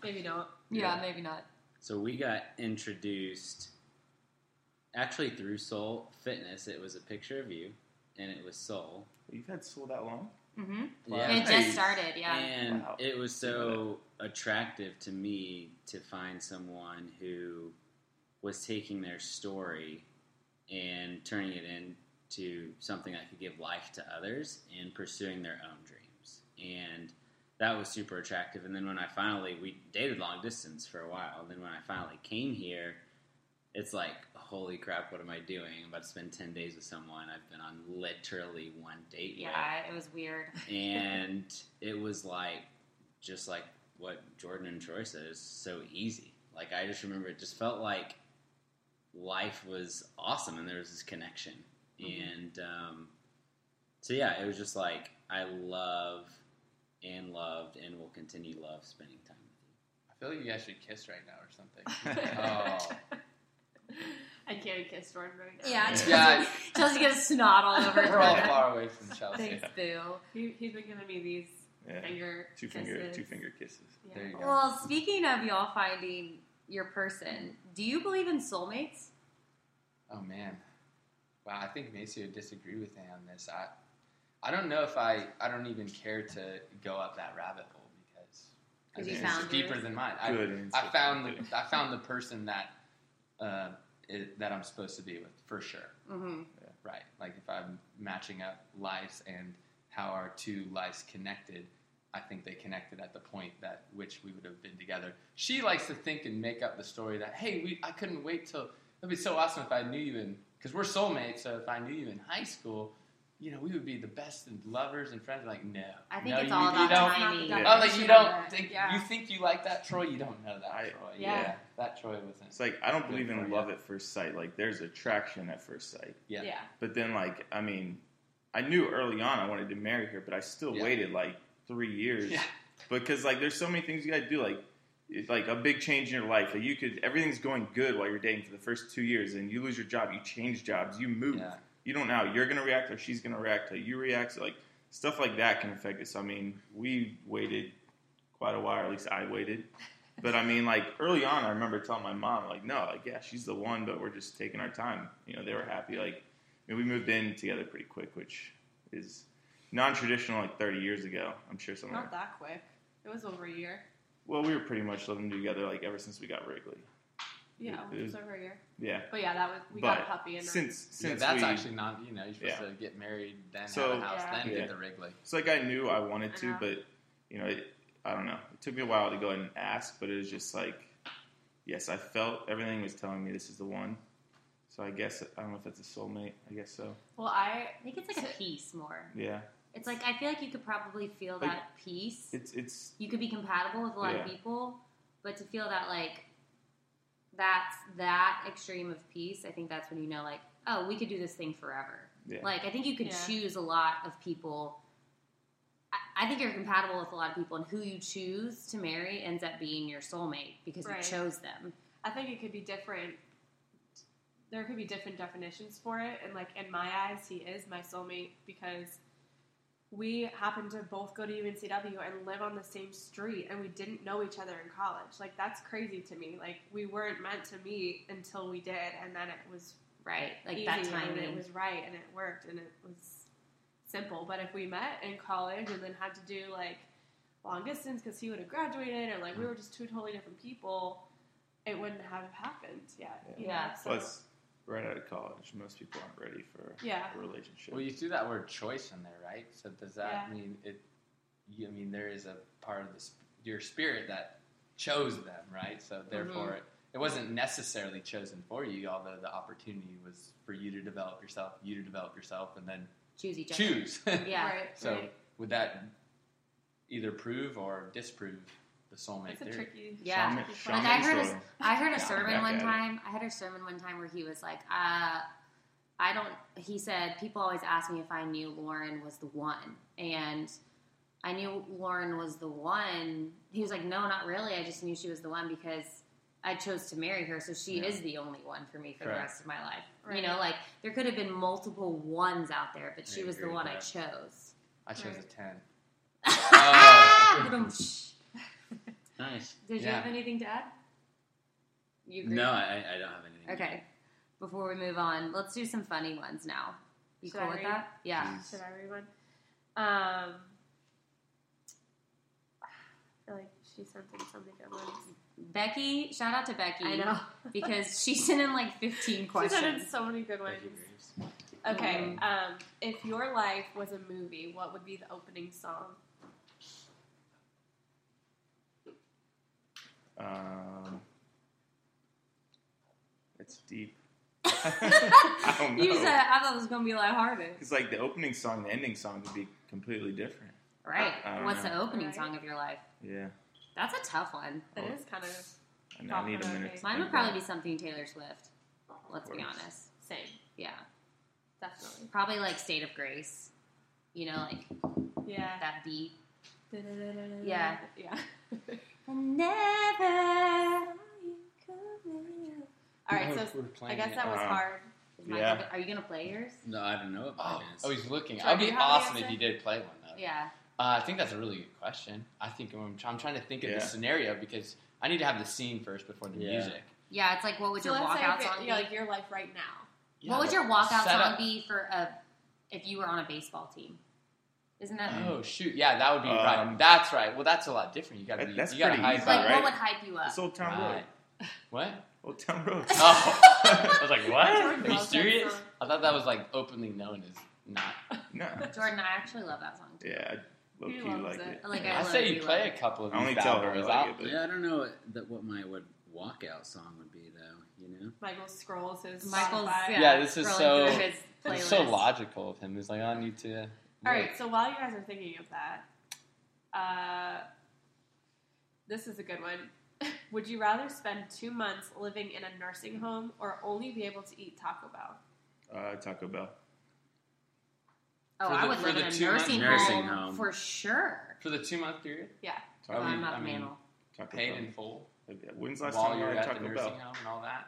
Maybe don't. Yeah, Yeah. maybe not. So we got introduced actually through Soul Fitness. It was a picture of you, and it was Soul. You've had school that long? hmm Yeah. It Nice. just started. Yeah. And Wow. it was so attractive to me to find someone who was taking their story and turning it into something that could give life to others and pursuing their own dreams. And that was super attractive. And then when I finally, we dated long distance for a while. And then when I finally came here, it's like, holy crap, what am I doing? I'm about to spend 10 days with someone I've been on literally one date with Yeah, it was weird. and it was like just like what Jordan and Troy said. It's so easy. Like I just remember it just felt like life was awesome and there was this connection. Mm-hmm. And um, so yeah, it was just like I love and loved and will continue love spending time with I feel like you guys should kiss right now [LAUGHS] or something. oh, I can't kiss Jordan right now. Yeah, Chelsea, Yeah. Chelsea gets snot all [LAUGHS] over we're all her. far away from Chelsea. Thanks, boo. He, he's been giving me these [LAUGHS] Yeah. finger Two finger, kisses. two finger kisses. Yeah. There you go. Well, speaking of y'all finding your person, do you believe in soulmates? Oh man, wow! I think Macy would disagree with me on this. I, I don't know if I, I don't even care to go up that rabbit hole because I Because think you it's found deeper yours? than mine. I, Good answer. I found the, I found the person that, uh, i that I'm supposed to be with for sure. Mm-hmm. Right? Like if I'm matching up lives and how our two lives connected. I think they connected at the point that which we would have been together. She likes to think and make up the story that hey, we I couldn't wait till it'd be so awesome if I knew you in because we're soulmates. So if I knew you in high school, you know we would be the best and lovers and friends. Like no, I think no, it's you, all you about don't. timing. [LAUGHS] Yeah. Oh, like you don't think Yeah. you think you like that Troy? You don't know that I- Troy. Yeah. that Troy wasn't. It's like I don't Good believe for in you. love at first sight. Like there's attraction at first sight. Yeah. Yeah. But then, like, I mean, I knew early on I wanted to marry her, but I still Yeah. waited like three years Yeah. because, like, there's so many things you got to do. Like, it's like a big change in your life. Like, you could everything's going good while you're dating for the first two years, and you lose your job, you change jobs, you move. Yeah. You don't know how you're gonna react, or she's gonna react, how you react. So, like, stuff like that can affect us. I mean, we waited quite a while. At least I waited. But I mean, like early on, I remember telling my mom, like, no, like, yeah, she's the one, but we're just taking our time. You know, they were happy. Like, I mean, we moved in together pretty quick, which is non-traditional, like 30 years ago. I'm sure someone. Not that quick. It was over a year. Well, we were pretty much living together like ever since we got Wrigley. Yeah, It it was is- over a year. Yeah, But yeah, that was we but got a puppy and since Yeah, since that's we, actually not, you know, you're supposed Yeah. to get married, then So- have a house, Yeah. then Yeah. get the Wrigley. It's like I knew I wanted to, Yeah. Uh-huh. but you know, it, I don't know. It took me a while to go ahead and ask, but it was just like, yes, I felt everything was telling me this is the one. So I guess I don't know if that's a soulmate. I guess so. well, I I think it's like a piece more. Yeah, It's like I feel like you could probably feel Like, that peace. it's it's You could be compatible with a lot of Yeah. people, but to feel that like that's that extreme of peace, I think that's when you know like, oh, we could do this thing forever. yeah. Like I think you could Yeah. choose a lot of people. I, I think you're compatible with a lot of people, and who you choose to marry ends up being your soulmate because Right. you chose them. I think it could be different. There could be different definitions for it, and like in my eyes, he is my soulmate because we happened to both go to UNCW and live on the same street, and we didn't know each other in college. Like that's crazy to me. Like we weren't meant to meet until we did, and then it was Right, like easy that and it timing. was right and it worked and it was simple. But if we met in college and then had to do like long distance because he would have graduated or like we were just two totally different people, it wouldn't have happened yet. you know? Yeah. So, Plus, right out of college, most people aren't ready for Yeah. a relationship. Well, you threw that word choice in there, right? So does that Yeah. mean it? You, I mean, there is a part of this your spirit that chose them, right? So Mm-hmm. therefore, it, it wasn't necessarily chosen for you, although the opportunity was for you to develop yourself, you to develop yourself, and then choose each other. choose. Yeah. Right. so right. would that either prove or disprove the soulmate It's a theory? tricky. Yeah. Shaman- Like, shaman I heard a- story. I heard a Yeah, sermon back one at it. time. I heard a sermon one time where he was like, uh, I don't, he said, people always ask me if I knew Lauren was the one. And I knew Lauren was the one. He was like, no, not really. I just knew she was the one because I chose to marry her. So she Yeah. is the only one for me for the Correct. rest of my life. You Right. know, like there could have been multiple ones out there, but she I was the agree with one I that. chose. I chose a ten. [LAUGHS] Oh, Ah! you. Nice. [LAUGHS] Did you Yeah. have anything to add? You agree? No, I, I don't have anything. Okay. Before we move on, let's do some funny ones now. You Should cool I with read? that? Yeah. Should I read one? Um, I feel like she sent in something good ones. Becky, shout out to Becky. I [LAUGHS] know. Because she sent in like 15 questions. She sent in so many good ones. Thank you, Graves. Okay. Um, if your life was a movie, what would be the opening song? Um, it's [LAUGHS] deep. [LAUGHS] I don't know. You said, I thought it was going to be lighthearted. it's like the opening song, the ending song could be completely different. Right. I don't What's know. the opening Right. song of your life? Yeah. That's a tough one. That is kind of I know, I need a minute. to Mine would think about probably be something Taylor Swift. Let's be Works. honest. same, Yeah, definitely. probably like State of Grace. You know, like Yeah. that beat. Yeah. Yeah. [LAUGHS] Never. All right, No, so we're I playing guess it. that was Wow. hard. Is Michael, Yeah. Are you gonna play yours? No, I don't know what Oh, mine is. oh, he's looking. Troy, I'd do be you have an awesome if answer? he did play one though. Yeah. Uh, I think that's a really good question. I think I'm, I'm trying to think of Yeah. the scenario because I need to have the scene first before the Yeah. music. Yeah, it's like what would So your let's say walkout if it- song be? yeah, like your life right now. Yeah, what would your walkout set song up- be for a if you were on a baseball team? Isn't that Oh shoot! Yeah, that would be Um, right. That's right. Well, that's a lot different. You got to that- be. that's you got to pretty hide easy, like that, right? what would hype you [LAUGHS] up? It's Old Town Road. [LAUGHS] Right. What? Old Town [LAUGHS] Road. Oh, [LAUGHS] I was like, what? [LAUGHS] Are you loves that serious? song. I thought that was like openly known as not. no. Jordan, I actually love that song. Too. Yeah, I low He key loves like it. it. Like I I love say you you love play it. a couple of I only these tell bad her I boys. like I'll- it, but yeah, I don't know what, that, what my would walkout song would be though. You know, Michael scrolls his Michael's Spotify. Yeah, this is scrolling so- through his It's so playlist. logical of him. He's like, I need to. All right, so while you guys are thinking of that, uh, this is a good one. [LAUGHS] Would you rather spend two months living in a nursing home or only be able to eat Taco Bell? Uh, Taco Bell. Oh, For I the- would for live the in a two month- nursing, Nursing home, home. for sure. for the two month period, Are Taco, we- I'm not I a mean, manal. Taco paid Bell. in full Like, yeah, When's the last while time you you're had at Taco the nursing Bell? home and all that.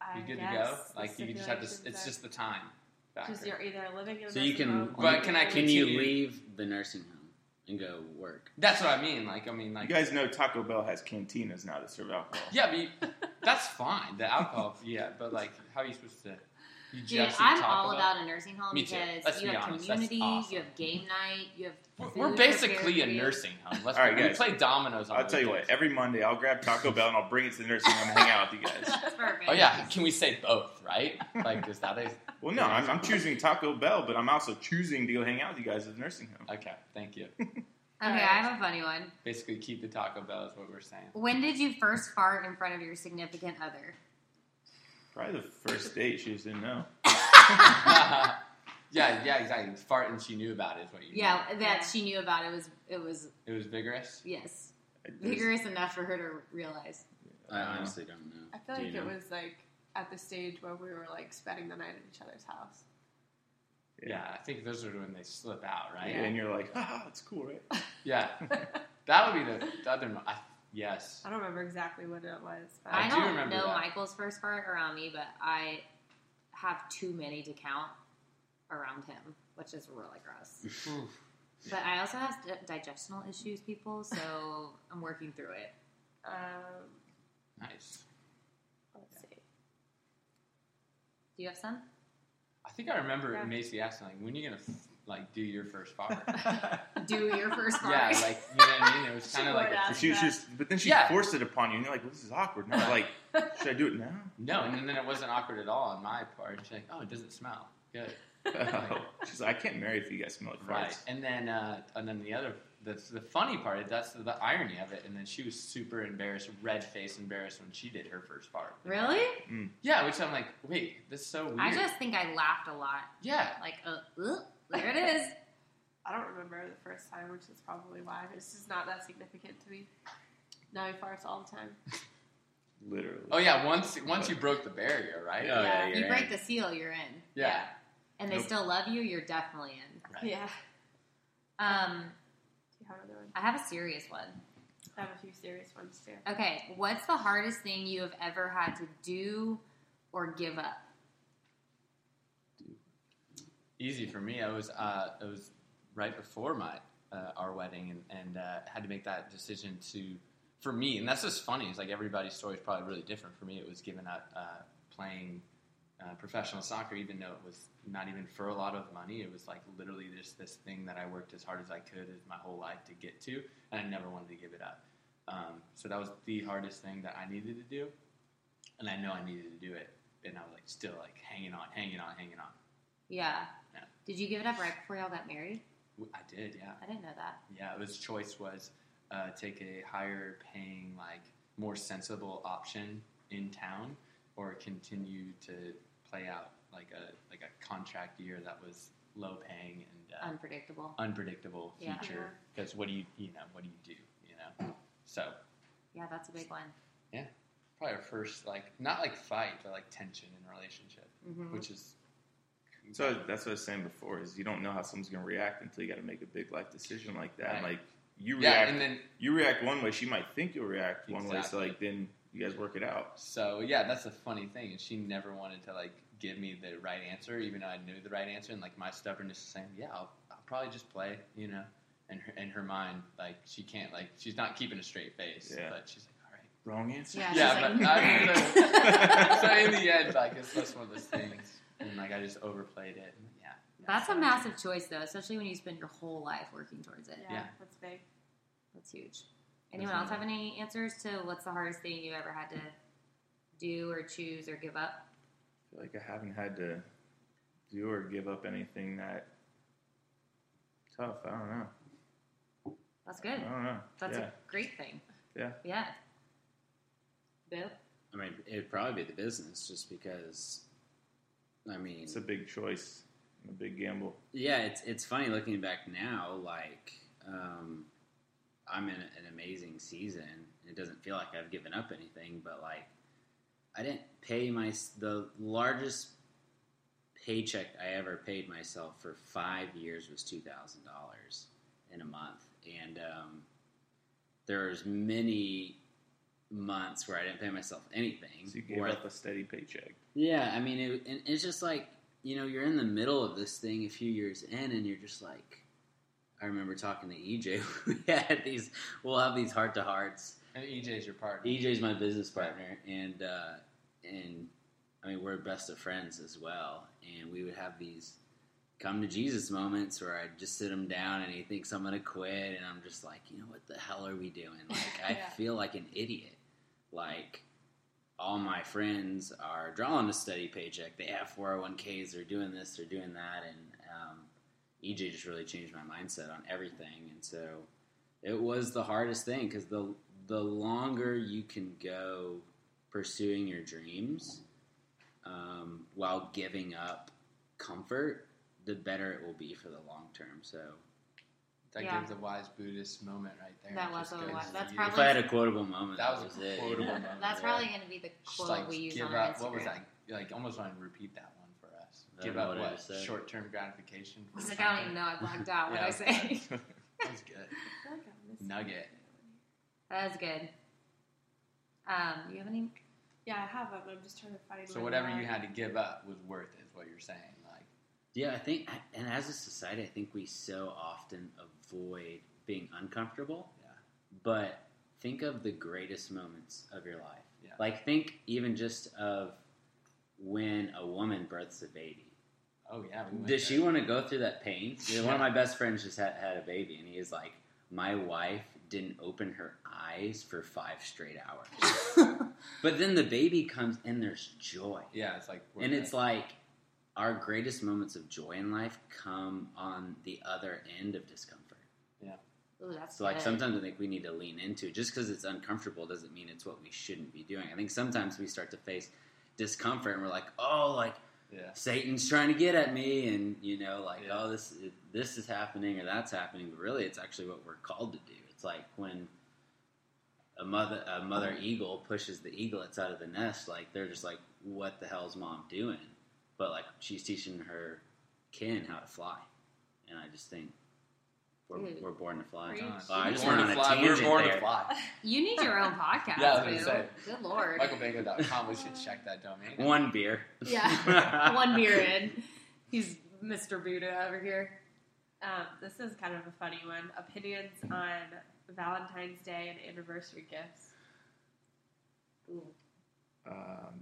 I You're good to guess go. the Like you just have to. stipulations It's are- just the time. Factor. just you're either living in a So nursing you can- home or But you're can I living- can you Continue. leave the nursing home and go work? That's what I mean. Like I mean, You like guys know Taco Bell has cantinas now that serve alcohol. yeah, [LAUGHS] but you, that's fine. The alcohol, yeah, but like, how are you supposed to? You Dude, just eat I'm Taco all Bell? about a nursing home Me too. because Let's you be have honest, that's community, awesome. you have game night, you have. food We're, we're prepared basically for a you. nursing home. Let's All right, we guys. play dominoes. On I'll tell you what. weekends. Every Monday, I'll grab Taco Bell and I'll bring it to the nursing home and hang out with you [LAUGHS] guys. That's perfect. Oh yeah, can we say both? Right? Like, is that a Well, no, I'm, I'm choosing Taco Bell, but I'm also choosing to go hang out with you guys at the nursing home. okay? Thank you. Okay, I Alright. have a funny one. Basically, keep the Taco Bell is what we're saying. [LAUGHS] When did you first fart in front of your significant other? Probably the first date. She just didn't know. yeah, yeah, exactly. Fart and she knew about it is what you. Yeah, that Yeah. she knew about. It was it was mean. it was vigorous. yes It was- vigorous enough for her to realize. I I don't know. honestly don't know. I feel Do like you it know? was like at the stage where we were like spending the night at each other's house. Yeah. I think those are when they slip out, right? Yeah, and you're like, [LAUGHS] haha, it's cool, right? Yeah, that would be the, the other. mo- I, yes, I don't remember exactly what it was, but I I, do don't remember know that. Michael's first fart around me, but I have too many to count around him, which is really gross. [LAUGHS] Oof. But I also have d- digestional issues, people, [LAUGHS] so I'm working through it. um, nice. let's see. Do you have some? I think I remember Yeah. Macy asking, like, when are you gonna like do your first fart? [LAUGHS] Do [LAUGHS] your first fart. yeah, like you know what I mean. It was She kind of like would a, ask. But she was Yeah. just, but then she Yeah. forced it upon you, and you're like, well, this is awkward. And I was like, should I do it now? no, and then it wasn't awkward at all on my part. She's like, oh, it doesn't smell good, [LAUGHS] She's like, I can't marry if you guys smell like right? farts. And then uh, and then the other. That's the funny part. is That's the, irony of it. And then she was super embarrassed, red face embarrassed when she did her first fart. [LAUGHS] really? Yeah, which I'm like, wait, that's so weird. I just think I laughed a lot. yeah, Like, uh, ugh, there it is. I don't remember the first time, which is probably why. It's just not that significant to me. Now he farts all [LAUGHS] the time. Literally. Oh yeah, once once you broke the barrier, right? Oh, yeah, you you're break in. the seal, you're in. Yeah. And they Nope. still love you, you're definitely in. Right. Yeah. Um, Do you have another one? I have a serious one. I have a few serious ones too. Okay, what's the hardest thing you have ever had to do or give up? Easy for me. I was uh, it was right before my uh, our wedding, and and uh, had to make that decision to for me. And that's what's funny. It's like everybody's story is probably really different. For me, it was giving up uh, playing uh, professional soccer, even though it was not even for a lot of money. It was like literally just this thing that I worked as hard as I could as my whole life to get to, and I never wanted to give it up. Um, so that was the hardest thing that I needed to do, and I know I needed to do it, and I was like still like hanging on, hanging on, hanging on. Yeah. Yeah. Did you give it up right before y'all got married? W- I did, yeah, I didn't know that. yeah. It was choice was uh, take a higher paying, like more sensible option in town, or continue to play out like a like a contract year that was low paying and uh, Unpredictable. unpredictable Yeah. future. Because what do you you know what do you do you know? So Yeah, that's a big one. probably our first like not like fight, but like tension in a relationship, Mhm. which is Mm-hmm. So that's what I was saying before is you don't know how someone's gonna react until you got to make a big life decision like Right. that. Like you yeah, react, and then you react one way, she might think you'll react one way. So Exactly. like then you guys work it out. So yeah, that's the funny thing. is She never wanted to like give me the right answer, even though I knew the right answer. And like my stubbornness is saying, yeah, I'll, I'll probably just play, you know. And her, in her mind, like she can't like she's not keeping a straight face, Yeah. but she's like, all right. Wrong answer. Yeah, Yeah, she's but like, I- so in the end, like it's just one of those things, and like I just overplayed it. And, yeah, That's a massive choice, though, especially when you spend your whole life working towards it. Yeah, that's big. That's huge. Anyone else have any answers to what's the hardest thing you ever had to do or choose or give up? I feel like I haven't had to do or give up anything that tough. I don't know. That's I good. don't know. That's yeah. a great thing. Yeah. Yeah. Bill? I mean, it'd probably be the business just because, I mean, It's a big choice, and a big gamble. yeah, it's it's funny looking back now. Like, um, I'm in an amazing season. It doesn't feel like I've given up anything, but like, I didn't pay my the largest paycheck I ever paid myself for five years was two thousand dollars in a month, and um, there's many months where I didn't pay myself anything. So you gave or- up a steady paycheck. yeah, I mean, it, and it's just like you know, you're in the middle of this thing a few years in, and you're just like, I remember talking to EJ. [LAUGHS] we had these, we'll have these heart to hearts. And EJ's your partner. EJ's my business partner, and uh, and I mean, we're best of friends as well. And we would have these come to Jesus moments where I just sit him down, and he thinks I'm gonna quit, and I'm just like, you know, what the hell are we doing? Like, I Yeah. feel like an idiot. Like, all my friends are drawing a steady paycheck. They have 401ks. They're doing this. They're doing that. And um, EJ just really changed my mindset on everything. And so it was the hardest thing because the the longer you can go pursuing your dreams um, while giving up comfort, the better it will be for the long term. So That Yeah. gives a wise Buddhist moment right there. That It was just a goes wise- to that's you. probably- if I had a quotable moment, That was a it. quotable moment. That's yeah. probably going to be the Just, quote like, we use give on our up. What was Instagram. that? Like almost want to repeat that one for us. I give don't know up what I what? just said. Short-term gratification. for He's like, I don't something? even know. I blacked out what Yeah. I say. That was good. I feel like I'm missing Nugget. [LAUGHS] that was good. Um, you have any? Yeah, I have them. I'm just trying to find. So one whatever now. you had to give up was worth it. Is what you're saying? Like Yeah, I think, and as a society, I think we so often avoid being uncomfortable. Yeah. But think of the greatest moments of your life. Yeah. Like think even just of when a woman births a baby. oh yeah, we went Does she there. want to go through that pain? You know, One of my best friends just had, had a baby, and he is like, "My wife didn't open her eyes for five straight hours." but then the baby comes, and there's joy Yeah, it's like and it's like our greatest moments of joy in life come on the other end of discomfort. Ooh, that's So like good. sometimes I think we need to lean into it. just because it's uncomfortable doesn't mean it's what we shouldn't be doing. I think sometimes we start to face discomfort and we're like, oh, like yeah. Satan's trying to get at me, and you know, like Yeah. oh, this this is happening or that's happening. But really, it's actually what we're called to do. It's like when a mother a mother eagle pushes the eaglets out of the nest, like they're just like, "What the hell's mom doing?" But like she's teaching her kin how to fly, and I just think we're, Dude. we're born to fly. Are you Wow, kidding I me? just Born went to on a fly. We're tangent born to there. fly. [LAUGHS] You need your [LAUGHS] own podcast. Yeah, I was gonna Bill. say. Good lord. MichaelBango.com. We should check that domain. [LAUGHS] out. [LAUGHS] One beer. Yeah. One beer in. He's Mr. Buddha over here. Um, this is kind of a funny one. Opinions on Valentine's Day and anniversary gifts. Ooh. um,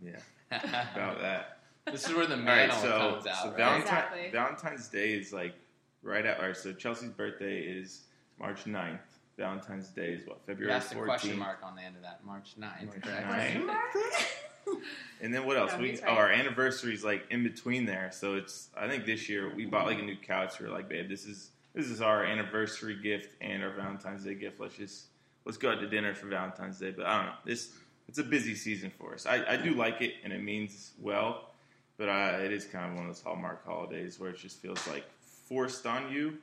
yeah, about that. this is where the All right, mantle so, comes out. so right? Valentine, Exactly. Valentine's Day is like right out. All right, so Chelsea's birthday is March 9th. Valentine's Day is what You February asked a 14th. question mark on the end of that. March 9th, March correct? Right. 9th. And then what else? No, we he's oh, right. our anniversary's like in between there, so it's. I think this year we bought like a new couch. We were like, babe, this is this is our anniversary gift and our Valentine's Day gift. Let's just let's go out to dinner for Valentine's Day. But I don't know. This it's a busy season for us. I, I do like it and it means well, but uh, it is kind of one of those hallmark holidays where it just feels like forced on you.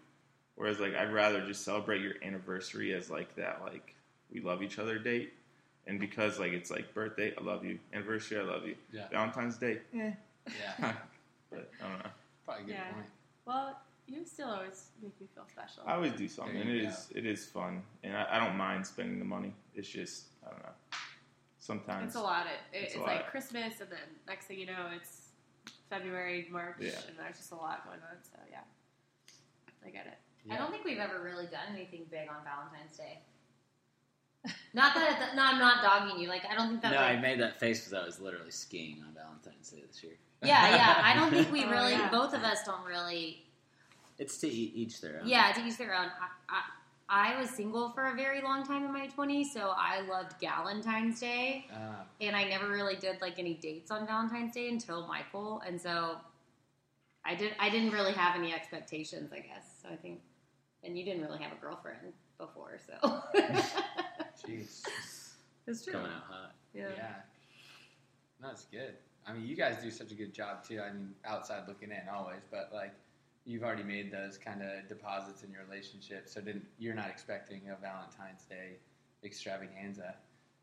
Whereas like I'd rather just celebrate your anniversary as like that like we love each other date, and because like it's like birthday, I love you, anniversary, I love you, Yeah. Valentine's Day, yeah, Yeah. but I don't know. Probably a good Yeah. point. Well, you still always make me feel special. I always do something. There It you is it is fun, and I, I don't mind spending the money. It's just I don't know. Sometimes It's a lot. It, it, It's it's a like lot. Christmas, and then next thing you know, it's February, March, Yeah. and there's just a lot going on. So yeah, I get it. I don't think we've ever really done anything big on Valentine's Day. Not that it's, no, I'm not dogging you. Like I don't think [LAUGHS] No, that's I like, made that face because I was literally skiing on Valentine's Day this year. yeah, yeah. I don't think we [LAUGHS] Oh, really. yeah. Both of us don't really. It's to eat each their own. Yeah, to each their own. I, I, I was single for a very long time in my 20s, so I loved Galentine's Day, Uh, and I never really did like any dates on Valentine's Day until Michael, and so I did. I didn't really have any expectations, I guess. So I think, and you didn't really have a girlfriend before, [LAUGHS] so [LAUGHS] jeez. It's true. coming out hot. Yeah. Oh, Yeah. No, it's good. I mean, you guys do such a good job too. I mean, outside looking in always, but like you've already made those kind of deposits in your relationship, so didn't, you're not expecting a Valentine's Day extravaganza,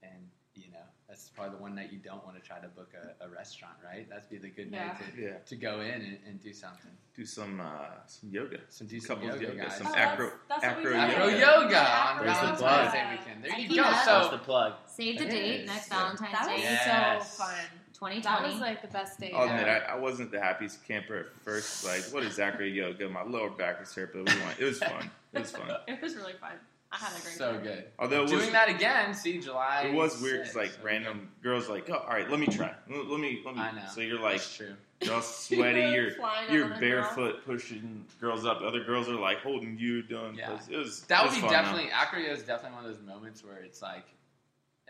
and you know that's probably the one night you don't want to try to book a, a restaurant, right? That'd be the good night to, yeah. to go in and, and do something, Do some uh, some yoga, some do some couples yoga, yoga, guys. some Oh, that's- acro that's what we acro do. Acro yoga. yoga on Acro yoga. Valentine's Day Yeah. weekend. There you Keep go. up. So That's [LAUGHS] the plug. save the It date is. next Yeah. That Valentine's was Day, Yes. so fun. 2020. That was like the best day. I'll ever. admit, I, I wasn't the happiest camper at first. Like, what is acro yoga? My lower back was hurt, but we went. It was fun. It was [LAUGHS] fun. It was really fun. I had a great so time. good. Although it was, Doing that again, see July. it was weird. 'cause, 6th. like random girls, like, oh, all right, let me try. Let, let me, let me. I know. So [LAUGHS] you're like, That's true. [LAUGHS] you're all sweaty. You were You're flying you're out of the car. barefoot pushing girls up. Other girls are like holding you, doing. Yeah. It was it That was would be fun, definitely Acrio is definitely one of those moments where it's like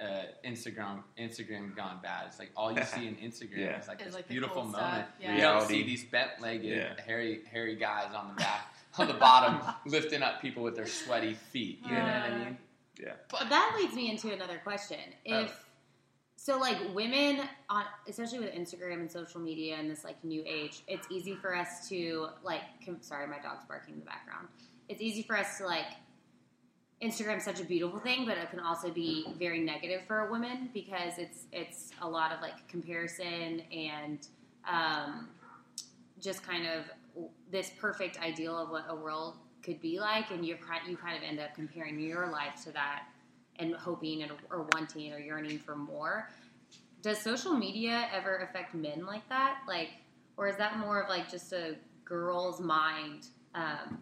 uh, Instagram Instagram gone bad. It's like all you [LAUGHS] see in Instagram Yeah. is like It's this like the beautiful cool stuff, moment. yeah. You don't Reality. see these bent legged Yeah. hairy hairy guys on the back on the bottom [LAUGHS] lifting up people with their sweaty feet. You know what I mean? But that leads me into another question. If so, like women on, especially with Instagram and social media and this like new age, it's easy for us to like. Com- sorry, my dog's barking in the background. It's easy for us to like. Instagram's such a beautiful thing, but it can also be very negative for women because it's it's a lot of like comparison and um, just kind of this perfect ideal of what a world could be like, and you are you kind of end up comparing your life to that, and hoping and or wanting or yearning for more. Does social media ever affect men like that? Like, or is that more of like just a girl's mind? Um,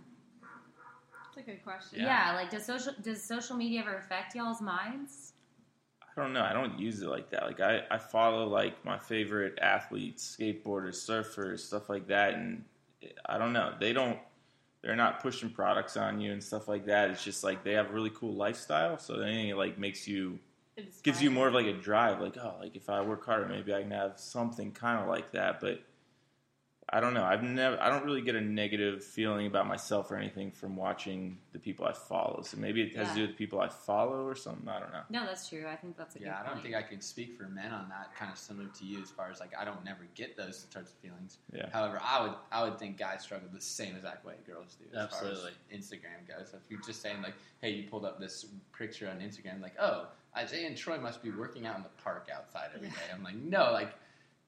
That's a good question. Yeah. yeah. like does social does social media ever affect y'all's minds? I don't know. I don't use it like that. Like I, I follow like my favorite athletes, skateboarders, surfers, stuff like that, and I don't know. They don't. They're not pushing products on you and stuff like that. It's just like they have a really cool lifestyle. So anything it, like makes you It's gives you fun. more of like a drive. Like oh, like if I work harder, maybe I can have something kind of like that. But I don't know. I've never. I don't really get a negative feeling about myself or anything from watching the people I follow. So maybe it has to Yeah. do with the people I follow or something. I don't know. No, that's true. I think that's a Yeah, good I don't point. think I can speak for men on that. Kind of similar to you as far as like I don't never get those sorts of feelings. Yeah. However, I would I would think guys struggle the same exact way girls do. As Absolutely. Far as Instagram goes. So if you're just saying like, hey, you pulled up this picture on Instagram, like, oh, Isaiah and Troy must be working out in the park outside every day. I'm like, no, like,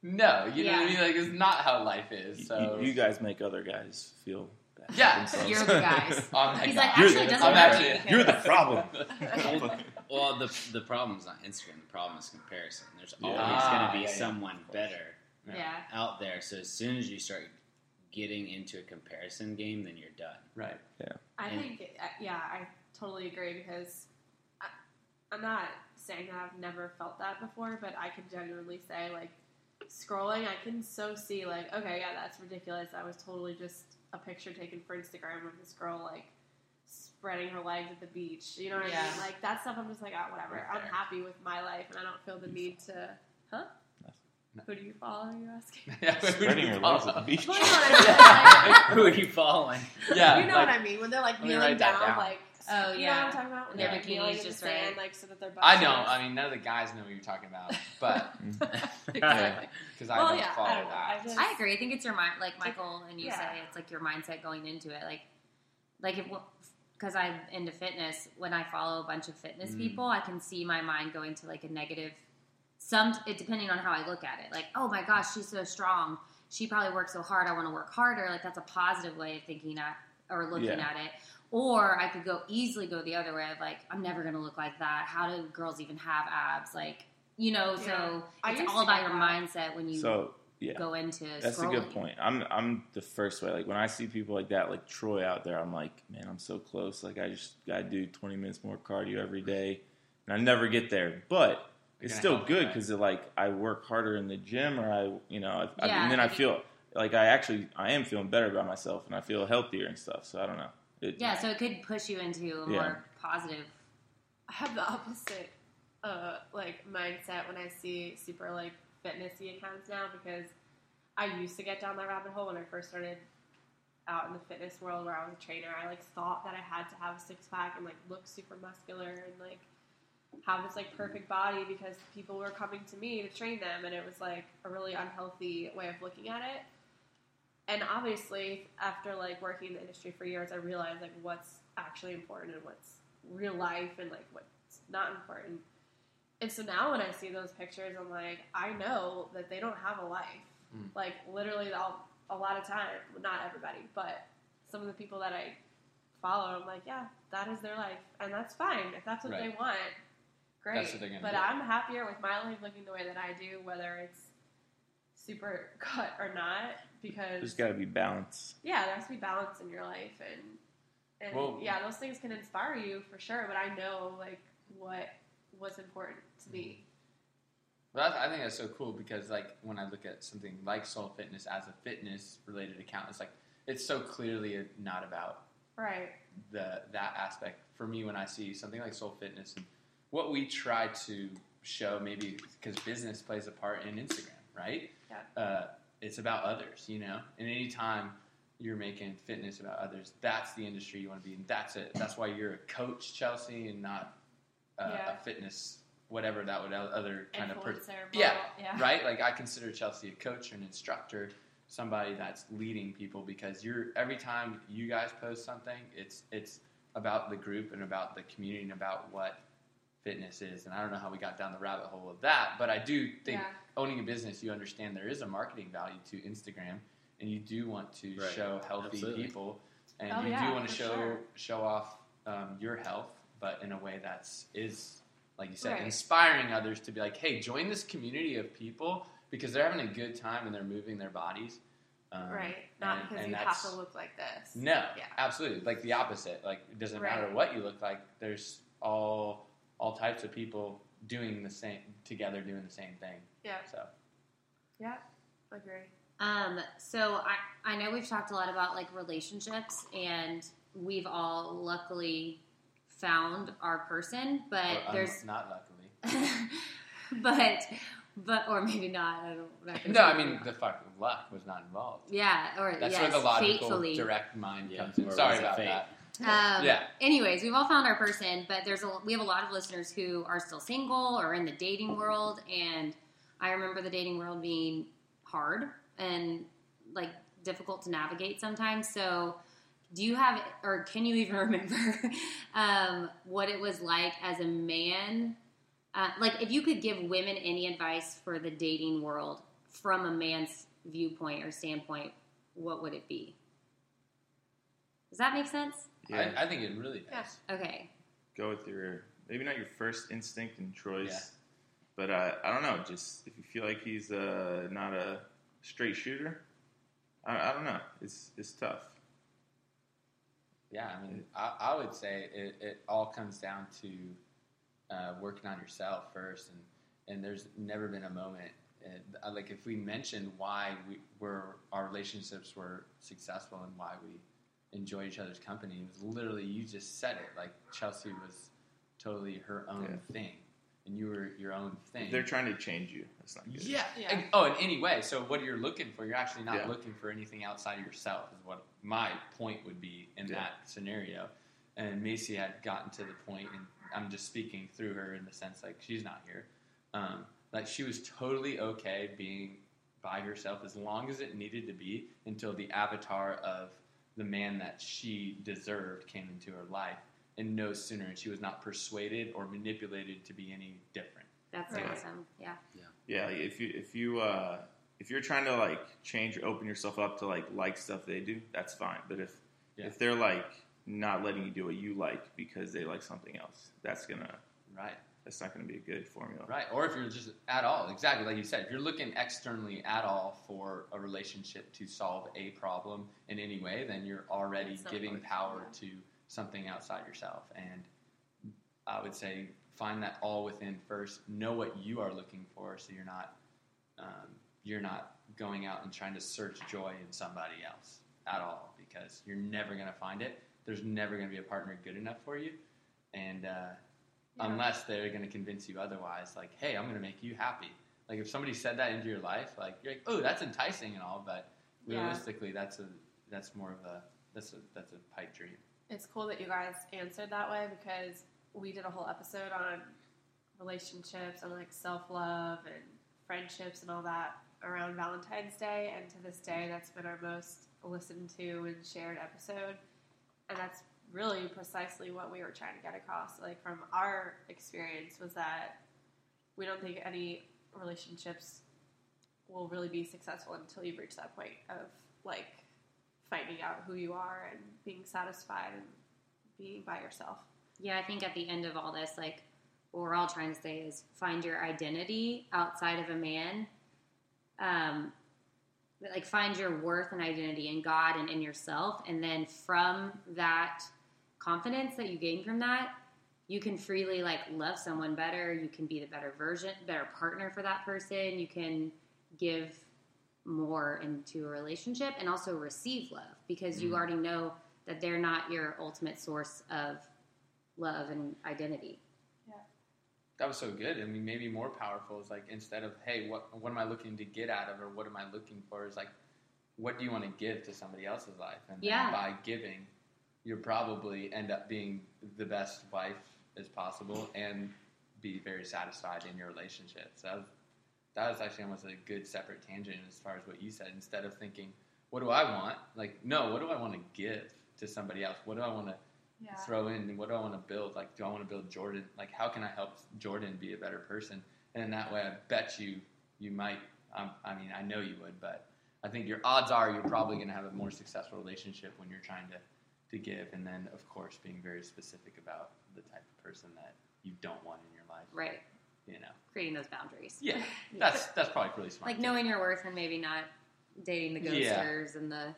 no, you know what I mean? Like, it's not how life You- is. So you, you guys make other guys feel bad. about Yeah. themselves. You're the [LAUGHS] guys. I'm that He's guy. like, actually, it doesn't I'm matter. actually- You're the problem. Well, the the problem's not Instagram. The problem is comparison. There's Yeah. always Ah, going to be yeah, yeah. someone better Yeah. yeah. out there. So as soon as you start getting into a comparison game, then you're done. [LAUGHS] right. [LAUGHS] I And- think, uh, yeah, I totally agree because I, I'm not saying that I've never felt that before, but I can genuinely say, like, scrolling, I can so see, like, okay, yeah, that's ridiculous. That was totally just a picture taken for Instagram of this girl, like, spreading her legs at the beach. You know what I Yeah. mean? Like, that stuff, I'm just like, ah, whatever. I'm happy with my life, and I don't feel the need to, huh? Nothing. Who do you follow? You're [LAUGHS] asking. Yeah, who do Spreading you your follow? [LAUGHS] legs at the beach. Well, you know [LAUGHS] what I mean? Like, Who are you following? Yeah. you know like, what I mean when they're like let me kneeling write that down, down. like Oh, you know yeah. what I'm talking about when Their they're like bikinis kneeling in the just sand, right. like so that their butt. I know. shows. I mean, none of the guys know what you're talking about, [LAUGHS] but exactly. because I Well, don't yeah, follow I don't know. that. I just I agree. I think it's your mind, like Michael and you Yeah. say, it's like your mindset going into it. Like, like if because I'm into fitness, when I follow a bunch of fitness Mm. people, I can see my mind going to like a negative. Some it depending on how I look at it. Like, oh my gosh, she's so strong. She probably works so hard. I want to work harder. Like that's a positive way of thinking at or looking Yeah. at it. Or I could go easily go the other way of like, I'm never going to look like that. How do girls even have abs? Like, you know, Yeah. I so it's used to all about do your that. mindset [LAUGHS] when you So yeah, go into That's scrolling. a good point. I'm I'm the first way. Like when I see people like that, like Troy out there, I'm like, man, I'm so close. Like I just I do 20 minutes more cardio every day, and I never get there. But it's gonna still help good that. because like I work harder in the gym, or I you know, I, I, Yeah, and then I like- feel like I actually I am feeling better about myself, and I feel healthier and stuff. So I don't know. It, Yeah, so it could push you into a Yeah. more positive. I have the opposite uh, like mindset when I see super like fitnessy accounts now because I used to get down that rabbit hole when I first started out in the fitness world where I was a trainer. I like thought that I had to have a six pack and like look super muscular and like have this like perfect body because people were coming to me to train them and it was like a really unhealthy way of looking at it. And obviously after like working in the industry for years I realized like what's actually important and what's real life and like what's not important. And so now when I see those pictures I'm like I know that they don't have a life. Mm. Like literally all, a lot of time, not everybody, but some of the people that I follow, I'm like, yeah, that is their life, and that's fine if that's what they Right. want. Great, what they're gonna but do. I'm happier with my life looking the way that I do, whether it's super [LAUGHS] cut or not, there's because got to be balance. yeah, there has to be balance in your life, and and Well- yeah, those things can inspire you for sure. But I know like what was important to me. Well, I I think that's so cool because, like, when I look at something like Soul Fitness as a fitness-related account, it's like it's so clearly not about Right. the that aspect for me when I see something like Soul Fitness and what we try to show maybe because business plays a part in Instagram, right? Yeah. Uh, it's about others, you know. And anytime you're making fitness about others, that's the industry you want to be in. That's it. That's why you're a coach, Chelsea, and not uh, Yeah. a fitness whatever that would o- other kind of person Influencer. Yeah, model, Yeah. right? Like I consider Chelsea a coach or an instructor, somebody that's leading people because you're every time you guys post something, it's it's about the group and about the community and about what fitness is. And I don't know how we got down the rabbit hole of that, but I do think Yeah. owning a business, you understand there is a marketing value to Instagram, and you do want to Right. show healthy Absolutely. people, and Oh, you yeah, do want for to show sure. show off um, your health, but in a way that's is like you said, Right. inspiring others to be like, hey, join this community of people because they're having a good time and they're moving their bodies. Um, Right. Not and- because and you have that's- to look like this. No, Yeah. absolutely. Like the opposite. Like it doesn't Right. matter what you look like. There's all all types of people doing the same together, doing the same thing. Yeah. So Uh, Yeah. Agree. Um, so I, I know we've talked a lot about like relationships and we've all luckily found our person, but or, um, there's, [LAUGHS] not [LAUGHS] luckily. but, but, or maybe not. I don't, I'm not gonna No, say I mean not. the fuck luck was not involved. yeah, or That's yes, where the logical fatefully. direct mind Yeah, comes in. or Sorry was it about fate? that. Um, Yeah. Anyways, we've all found our person, but there's a we have a lot of listeners who are still single or in the dating world, and I remember the dating world being hard and like difficult to navigate sometimes. So, do you have or can you even [LAUGHS] remember um, what it was like as a man? Uh, like, if you could give women any advice for the dating world from a man's viewpoint or standpoint, what would it be? Does that make sense? Yeah, I, I think it really does. Yeah. Okay. go with your maybe not your first instinct and Troy's, Yeah. but uh, I don't know. Just if you feel like he's uh, not a straight shooter, I, I don't know. It's it's tough. Yeah, I mean, I, I would say it, it all comes down to uh, working on yourself first, and and there's never been a moment uh, like if we mentioned why we were our relationships were successful and why we enjoy each other's company, it was literally you just said it. Like Chelsea was totally her own Yeah. thing, and you were your own thing. If they're trying to change you. That's not good. Yeah. Yeah. And- oh, in any way. So what you're looking for, you're actually not Yeah. looking for anything outside of yourself. Is what my point would be in Yeah. that scenario. And Macy had gotten to the point, and I'm just speaking through her in the sense like she's not here. Um, like she was totally okay being by herself as long as it needed to be until the avatar of the man that she deserved came into her life, and no sooner, and she was not persuaded or manipulated to be any different. That's Right. awesome. Yeah. Yeah, like, if you if you uh, if you're trying to like change or open yourself up to like like stuff they do, that's fine. But if Yeah. if they're like not letting you do what you like because they like something else, that's gonna Right. that's not gonna be a good formula. Right. Or if you're just at all, exactly like you said, if you're looking externally at all for a relationship to solve a problem in any way, then you're already It's not giving working, power yeah. to something outside yourself. And I would say find that all within first. Know what you are looking for, so you're not um, you're not going out and trying to search joy in somebody else at all, because you're never going to find it. There's never going to be a partner good enough for you, and uh, Yeah. unless they're going to convince you otherwise. Like, hey, I'm going to make you happy. Like, if somebody said that into your life, like you're like, oh, that's enticing and all, but Yeah. realistically, that's a that's more of a that's a that's a pipe dream. It's cool that you guys answered that way because we did a whole episode on relationships and like self love and friendships and all that around Valentine's Day. And to this day, that's been our most listened to and shared episode. And that's really precisely what we were trying to get across. Like from our experience, was that we don't think any relationships will really be successful until you've reached that point of like finding out who you are and being satisfied and being by yourself. Yeah, I think at the end of all this, like what we're all trying to say is find your identity outside of a man. Um, but, like find your worth and identity in God and in yourself, and then from that confidence that you gain from that, you can freely like love someone better. You can be the better version, better partner for that person. You can give more into a relationship and also receive love because you Mhm. already know that they're not your ultimate source of love and identity. That was so good. I mean, maybe more powerful is like instead of hey, what what am I looking to get out of, or what am I looking for, is like what do you want to give to somebody else's life, and then Yeah. by giving, you probably end up being the best wife as possible and be very satisfied in your relationship. So that was, that was actually almost a good separate tangent as far as what you said. Instead of thinking what do I want, like no, what do I want to give to somebody else? What do I want to Yeah. throw in what do I want to build? Like, do I want to build Jordan? Like, how can I help Jordan be a better person? And in that way, I bet you, you might. Um, I mean, I know you would, but I think your odds are you're probably going to have a more successful relationship when you're trying to to give. And then, of course, being very specific about the type of person that you don't want in your life. Right. You know. Creating those boundaries. Yeah, that's that's probably really smart. Like too. knowing your worth and maybe not dating the Yeah. ghosters and the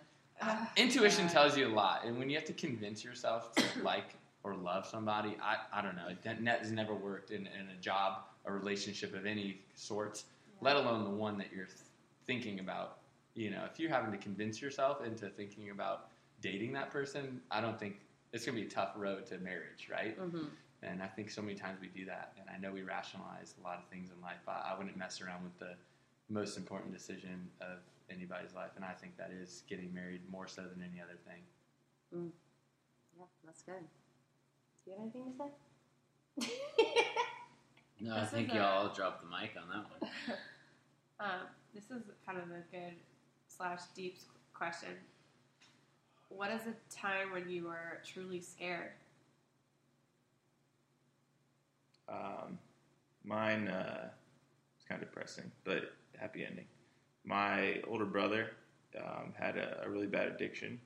intuition tells you a lot, and when you have to convince yourself to [COUGHS] like or love somebody, I, I don't know. That net has never worked in, in a job, a relationship of any sort, let alone the one that you're th- thinking about. You know, if you're having to convince yourself into thinking about dating that person, I don't think it's gonna be a tough road to marriage, right? mhm. And I think so many times we do that, and I know we rationalize a lot of things in life. I, I wouldn't mess around with the most important decision of anybody's life, and I think that is getting married more so than any other thing. Yeah, that's good. Do you have anything to say? No, I This is think a- y'all dropped the mic on that one. Um, this is kind of a good slash deep question. What is a time when you were truly scared? Um, mine uh, it's kind of depressing, but happy ending. My older brother um, had a, a really bad addiction,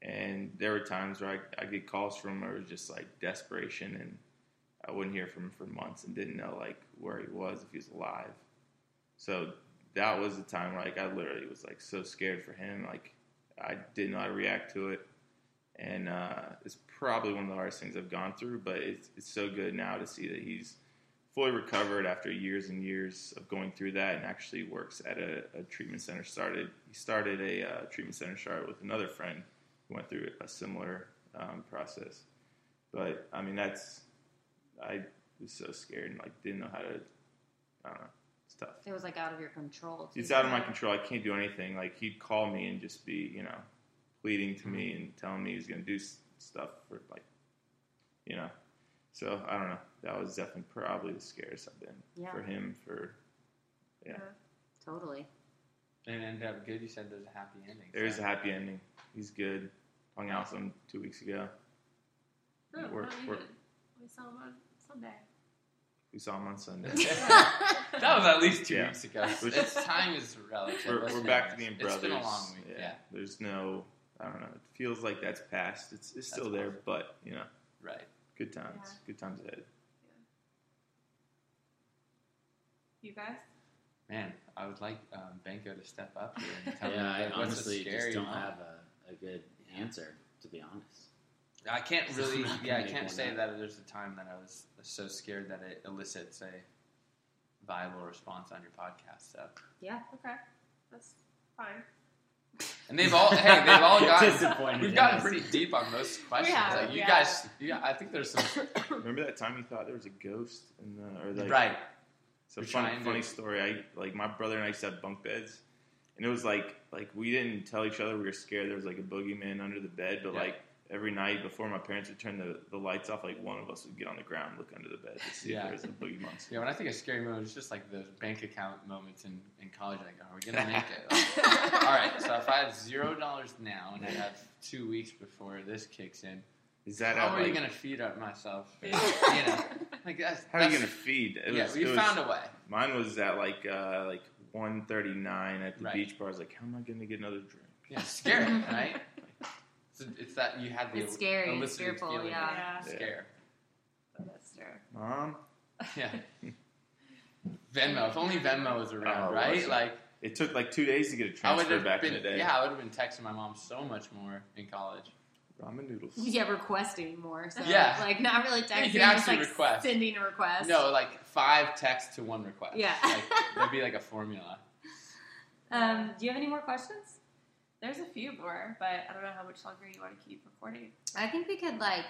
and there were times where I, I get calls from him where it was just like desperation, and I wouldn't hear from him for months and didn't know like where he was if he was alive. So that was the time where like I literally was like so scared for him, like I didn't know how to react to it and uh, it's probably one of the hardest things I've gone through. But it's it's so good now to see that he's fully recovered after years and years of going through that, and actually works at a, a treatment center. Started he started a uh, treatment center started with another friend who went through a similar um, process. But I mean, that's I was so scared and like didn't know how to. I don't know. It's tough. it was like out of your control. too. It's out of my control. I can't do anything. Like he'd call me and just be, you know, pleading to me and telling me he's going to do s- stuff for like, you know. So I don't know. That was definitely probably the scariest I've been Yeah. for him. For Yeah. Totally. And it ended up good. You said there's a happy ending. there's so- a happy ending. He's good. hung out with him two weeks ago. Oh, No, We're- not even. we're- We saw him on [LAUGHS] Sunday. We saw him on Sunday. That was at least two Yeah. weeks ago. [LAUGHS] Which- It's time is relative. [LAUGHS] we're, Let's we're be back to honest. being brothers. It's been a long week. Yeah, There's no, I don't know. It feels like that's past. It's, it's still That's there, but, you know, right. good times. Yeah. Good times ahead. You guys? Man, I would like um, Banco to step up here and tell Yeah, me I like, what's honestly a just scary don't moment. have a, a good answer, to be honest. I [LAUGHS] can't I'm really. not gonna Yeah, I make can't one say up. that there's a time that I was so scared that it elicits a viable response on your podcast. So, Yeah. Okay. That's fine. and they've all hey, they've [LAUGHS] [LAUGHS] all gotten. disappointed. We've in gotten us. pretty deep on most questions. have, like you yeah. guys, yeah, I think there's some Remember that time you thought there was a ghost in the, or [LAUGHS] like, right. So We're funny, trying to- funny story. I like my brother and I used to have bunk beds, and it was like like we didn't tell each other we were scared. There was like a boogeyman under the bed, but Yeah. like every night before my parents would turn the, the lights off, like one of us would get on the ground, and look under the bed to see Yeah. if there was a boogie monster. Yeah, when I think of scary moments, it's just like those bank account moments in, in college. Like, are we gonna make it? [LAUGHS] Like, All [LAUGHS] right, so if I have zero dollars now and I have two weeks before this kicks in, Is that how how, are you like, gonna feed up [LAUGHS] myself? you know, like that's how are you that's- gonna feed? It yeah, was- we it was- found a way. mine was at like uh, like one thirty nine at the Right. beach bar. I was like, how am I gonna get another drink? Yeah, scary, [LAUGHS] right? So it's that you have the It's scary, it's elicited fearful, feeling of yeah. Yeah. scare. That's true. Mom, Yeah. Venmo. If only Venmo was around, Oh, it right? wasn't. Like it took like two days to get a I would transfer have back been. in the day. Yeah, I would have been texting my mom so much more in college. ramen noodles. [LAUGHS] Yeah, requesting more. So Yeah. like not really texting, can just actually like request. sending a request. No, like five texts to one request. Yeah. [LAUGHS] like, that'd be like a formula. Um, do you have any more questions? There's a few more, but I don't know how much longer you want to keep recording. I think we could like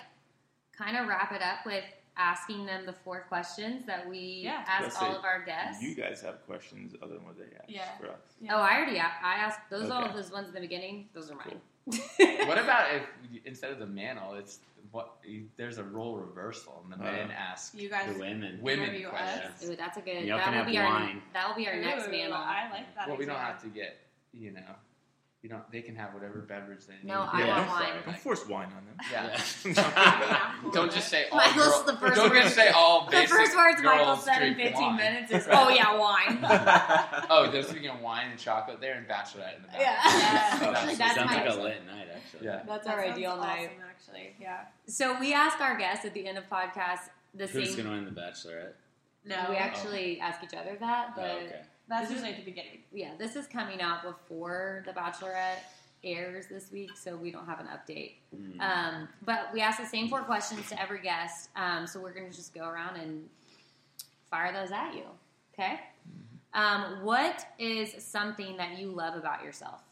kind of wrap it up with asking them the four questions that we Yeah. ask Let's all see. of our guests. You guys have questions other than what they asked Yeah. for us. Oh, I already a- I asked those are all Okay. those ones in the beginning. Those are mine. What about if instead of the mantle, it's what there's a role reversal and the men Uh, ask You guys, The women. women interview us. questions. Ooh, that's a good. Y'all that can will have be our wine. that will be our next Ooh, panel. I like that. Well, we don't idea. have to get you know, you don't. They can have whatever beverage they need. No, I Yeah. want wine. [LAUGHS] Don't force wine on them. [LAUGHS] [LAUGHS] Yeah. Yeah. Don't just say all. Michael's girl- the first Don't word. just say all. The [LAUGHS] Basic first words Michael girls said in drink 15 wine. minutes is, Right. "Oh yeah, wine." Oh, they're drinking wine and chocolate. They're in bachelorette in the back. Yeah. Actually, It that's sounds my like a lit night, actually. Yeah. That's That our sounds ideal night. awesome, Actually, yeah. So we ask our guests at the end of podcasts the Who's same. gonna win the Bachelorette? No, We actually ask each other that, Oh, but okay. that's usually at the beginning. yeah, this is coming out before the Bachelorette airs this week, so we don't have an update. Hmm. Mm. Um, but we ask the same four questions to every guest, um, so we're going to just go around and fire those at you. Okay. Mm-hmm. Um, what is something that you love about yourself?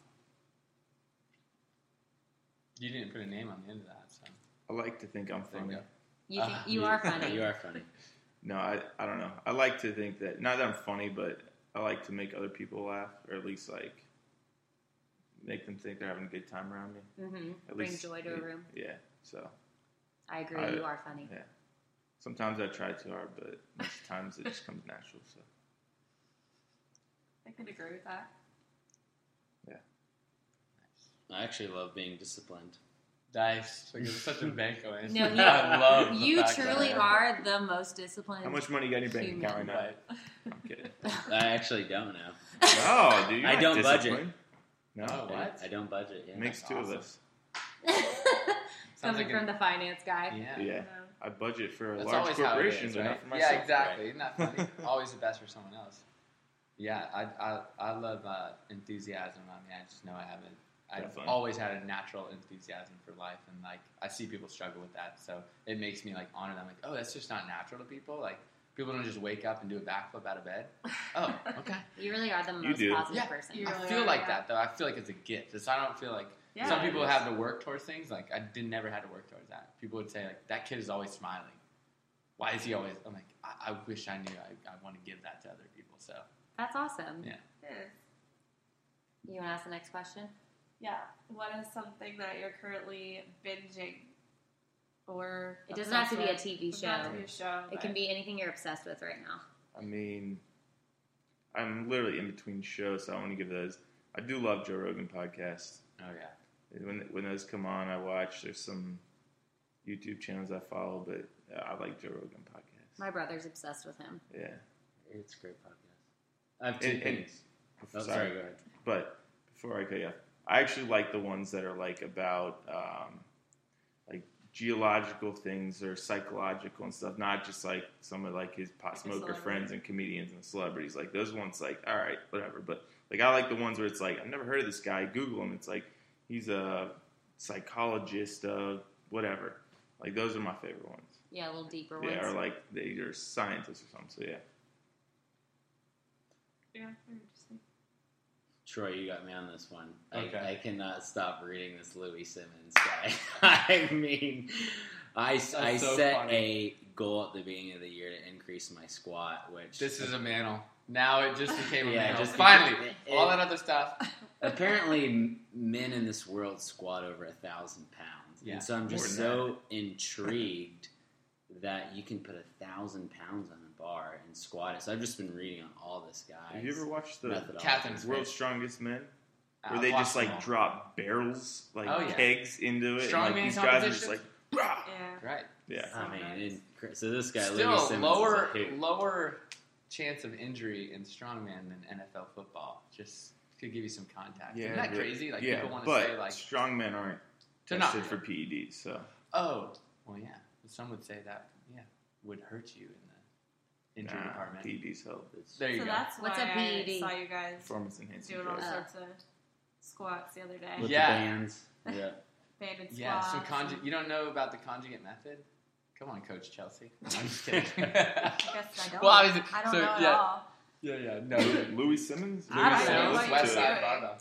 You didn't put a name on the end of that. So. I like to think I'm There you funny. go. You think Ah, [LAUGHS] [LAUGHS] you are you funny. are funny. No, I, I don't know. I like to think that not that I'm funny, but I like to make other people laugh, or at least like make them think they're having a good time around me. hmm At Bring least- joy to a room. Yeah. So I agree. I- you are funny. sometimes I try too hard, but most times it just comes natural. [LAUGHS] So I can agree with that. I actually love being disciplined. Dice. Like, it's such a banco answer. No, you- [LAUGHS] I love the You fact that I truly have- are the most disciplined. how much money you got in your bank Human. account right now? Right. I'm kidding. I actually don't know. No, dude. You're I not don't budget. disciplined. Oh, No, I- what? I, don't budget. Yeah. makes That's two awesome. of us. Sounds [LAUGHS] Coming like from an, the finance guy. yeah. Yeah. No. I budget for That's large always how it corporations, is, but right? not for Yeah, myself. exactly. right? Isn't that [LAUGHS] funny? always the best for someone else. Yeah, I I, I love uh, enthusiasm. I mean, I just know I haven't. I've Definitely. always had a natural enthusiasm for life, and like I see people struggle with that, so it makes me like honor them. Like, oh, that's just not natural to people. Like, people don't just wake up and do a backflip out of [LAUGHS] bed. Oh, okay. You really are the You most do. positive Yeah. person. You I really feel are, like yeah. that though. I feel like it's a gift. It's, I don't feel like Yeah. some people it have to work towards things. Like I did never had to work towards that. People would say like that kid is always smiling. Why is he always? I'm like I, I wish I knew. I, I want to give that to other people. So That's awesome. Yeah. Yeah. You want to ask the next question? Yeah. What is something that you're currently binging? Or It doesn't have to be a obsessed TV with? Doesn't have to show. be a show. It can be anything you're obsessed with right now. I mean, I'm literally in between shows, so I want to give those. I do love Joe Rogan podcast. oh yeah, when when those come on, I watch. There's some YouTube channels I follow, but uh, I like Joe Rogan podcast. My brother's obsessed with him. yeah, It's a great podcast. I have two And- and- things. Oh, sorry, go ahead. But before I cut you off, I actually like the ones that are like about um, like geological things or psychological and stuff, not just like some of like his pot Like a smoker celebrity. friends and comedians and celebrities. Like those ones, like all right, whatever. But like I like the ones where it's like I've never heard of this guy. Google him. It's like he's a psychologist of whatever. Like those are my favorite ones. Yeah, a little deeper ones. Yeah, or like they are scientists or something. So yeah. Yeah, they're interesting. Troy, you got me on this one. Okay. I, I cannot stop reading this Louis Simmons guy. [LAUGHS] I mean, I, I so set funny. a goal at the beginning of the year to increase my squat, which This is a mantle. Now it just became a Yeah, it mantle. just Finally, became- it- all that other stuff. apparently m- men in this world squat over a thousand pounds, Yeah, and so I'm just more than so intrigued that you can put a thousand pounds on a bar and squat it. So I've just been reading on all this guy. Have you ever watched the methodology. Catherine's World's Strongest Men? Uh, where they just like Washington. drop barrels, like Oh, yeah. kegs into it. Strongman and, like, these guys are just like, competitions? Rah! Yeah. Right. yeah. I mean, Nice. Oh, and- so this guy Louis Still Simmons lower is a hoot. lower chance of injury in strongman than NFL football. Just could give you some contact. Isn't that but- crazy? Like yeah, people want to but say like strong men aren't They're not- tested for PEDs, so oh well yeah. Some would say that yeah would hurt you in the injury nah, department. PEDs help. It's There you so go. that's What's why a E I PED? saw you guys performance enhancing doing all drugs. Uh, sorts of squats the other day. with Yeah. the bands. [LAUGHS] Yeah. Banded squats. yeah, some conju- and- You don't know about the conjugate method? Come on, Coach Chelsea. I'm [LAUGHS] [LAUGHS] just kidding. Yes, I don't. Well, obviously- I don't so, know at yeah. all. yeah, yeah, [LAUGHS] no. Louis Louis Simmons? I Louis don't know Simmons, what you're West Side doing. Barbell.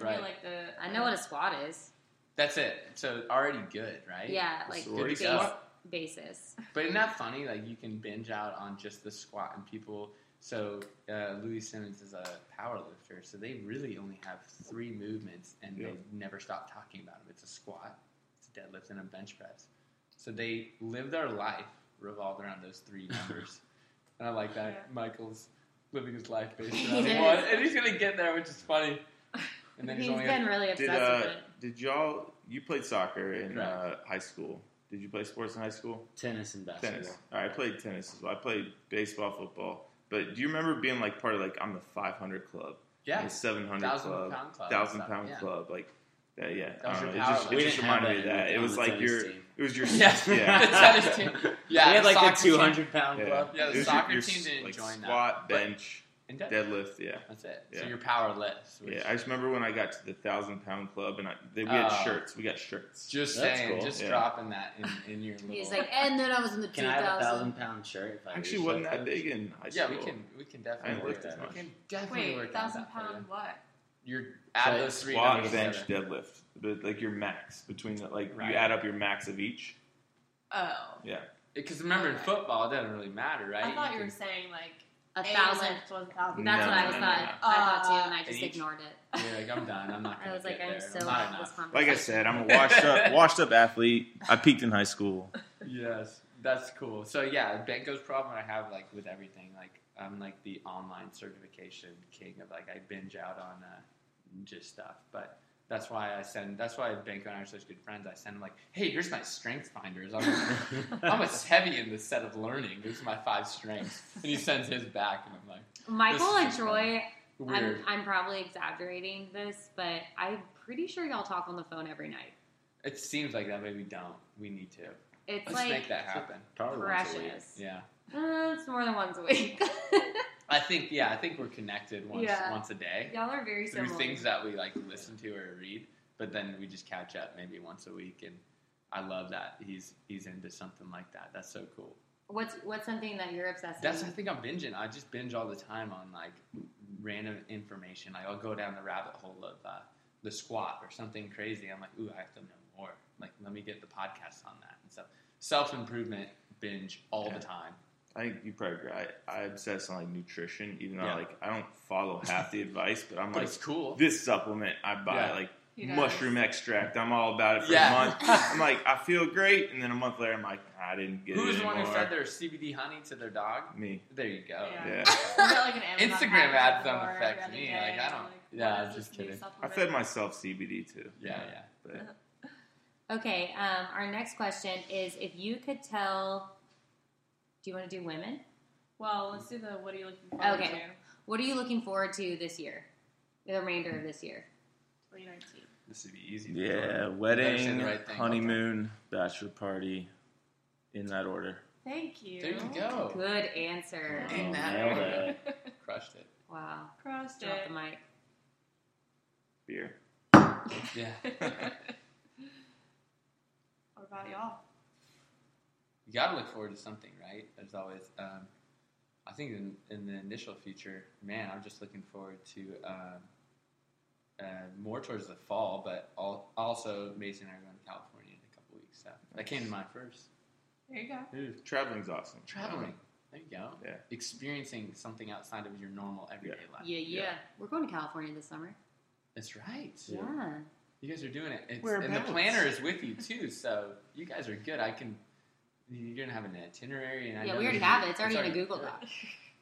I Right. feel like the I know what a squat is. That's it. So already good, right? Yeah, like Sorority Good to base, go. squat. basis. But isn't that funny? Like you can binge out on just the squat and people. So uh, Louis Simmons is a power lifter, so they really only have three movements, and Yeah. they never stop talking about them. It's a squat, it's a deadlift, and a bench press. So they live their life revolved around those [LAUGHS] three numbers, and I like that. Yeah. Michael's living his life based on He one, is. and he's gonna get there, which is funny. [LAUGHS] And then he's, He's only been really Did, obsessed uh, with it. did y'all, you played soccer in Correct. uh, high school. Did you play sports in high school? Tennis and basketball. Tennis. All right, I played tennis as well. I played baseball, football. But do you remember being like part of like I'm the 500 club, I'm yeah, the 700 thousand club, pound club, thousand and pound stuff, club, like that. Yeah, That was I don't your power know, it just, it level. just didn't have reminded me of that. in- It on was the like tennis your, team. it was your, Yeah, [LAUGHS] yeah. [LAUGHS] the [LAUGHS] tennis team. Yeah, we had like soccer the team. 200 pound Yeah. club. Yeah, the It was your- soccer your team s- didn't like join that. squat, But- bench, And deadlift. deadlift. Yeah, That's it. So Yeah. you're powerless. Which yeah. I just remember when I got to the thousand pound club, and I, they, we had Oh. shirts. We got shirts. just That's saying, cool. just Yeah. dropping that in, in your little. He's like, and then I was in the Can I have a 2000. thousand pound shirt? If I Actually, reach wasn't that that big in high yeah, school. we can we can I definitely didn't work lift that. as much. We can definitely Wait, work thousand that pound what? Your abs, So three Squat, numbers bench, together. deadlift, but like your max between the, like Right. you add up your max [LAUGHS] of each. Oh. Yeah, Because remember, in football, it doesn't really matter, right? I thought you were can- saying like A thousand. lift was a thousand. That's No, what I no, was no, thought. no, no. I thought too, and I Uh, And just each- ignored it. You're like, I'm done. I'm not. [LAUGHS] I gonna was like, get I'm there. so not out of this enough. conversation. like I said, I'm a washed up, washed up athlete. I peaked in [LAUGHS] high school. Yes, that's cool. So yeah, Benko's problem I have like with everything. Like I'm like the online certification king of like I binge out on uh, just stuff. But that's why I send. That's why Benko and I are such good friends. I send him like, hey, here's my strength finders. I'm, I'm as heavy in this set of learning. These are my five strengths, and he sends his back, and I'm like, Michael This and is Troy, I'm, weird. I'm probably exaggerating this, but I'm pretty sure y'all talk on the phone every night. It seems like that, but we don't. We need to. It's Let's like make that happen. Probably once a week. precious. Yeah. Uh, it's more than once a week. [LAUGHS] I think yeah, I think we're connected once Yeah. once a day. y'all are very through similar. things that we like listen to or read, but then we just catch up maybe once a week, and I love that he's he's into something like that. That's so cool. What's what's something that you're obsessed That's I with? think I'm binging. I just binge all the time on like random information. Like I'll go down the rabbit hole of uh, the squat or something crazy. I'm like, ooh, I have to know more. Like let me get the podcast on that and stuff. Self improvement binge all Yeah. the time. I think you probably right. I obsess on like nutrition, even though Yeah. like I don't follow half the advice, but I'm But like it's cool. this supplement I buy Yeah. like You guys. [LAUGHS] mushroom extract. I'm all about it for Yeah. [LAUGHS] a month. I'm like I feel great, and then a month later I'm like I didn't get Who it was the one who anymore. fed their CBD honey to their dog? Me, There you go. Yeah. [LAUGHS] yeah. [LAUGHS] We got, like, an Amazon Instagram ads ad don't for affect every me. day, Like I don't. like- Yeah, What is just this new kidding. I supplement? fed myself CBD too. Yeah, yeah. But Okay, um, our next question is if you could tell. Do you want to do women? Well, let's do the what are you looking for? Okay. What are you looking forward to this year? The remainder of this year? 2019. This would be easy. Yeah, Better say wedding, the right thing. honeymoon, bachelor party, in that order. Thank you. There you [LAUGHS] go. Good answer. In that nailed order. it. Crushed it. Wow. Crossed Drop it. the mic. beer. Yeah. What about y'all? [LAUGHS] you got to look forward to something, right? There's always. Um, I think in, in the initial future, man, I'm just looking forward to um, uh, more towards the fall, but all, also Mason and I are going to California in a couple weeks. So that came to mind first. There you go. Dude, traveling's awesome. Traveling. There you go. Yeah. Experiencing something outside of your normal everyday life. Yeah, yeah, Yeah. We're going to California this summer. That's right. Yeah. You guys are doing it. It's, We're and the about- planner is with you too, so you guys are good. I can. You're gonna have an itinerary, and I Yeah, know we already that you- have it. It's already in a Google good. Doc. [LAUGHS]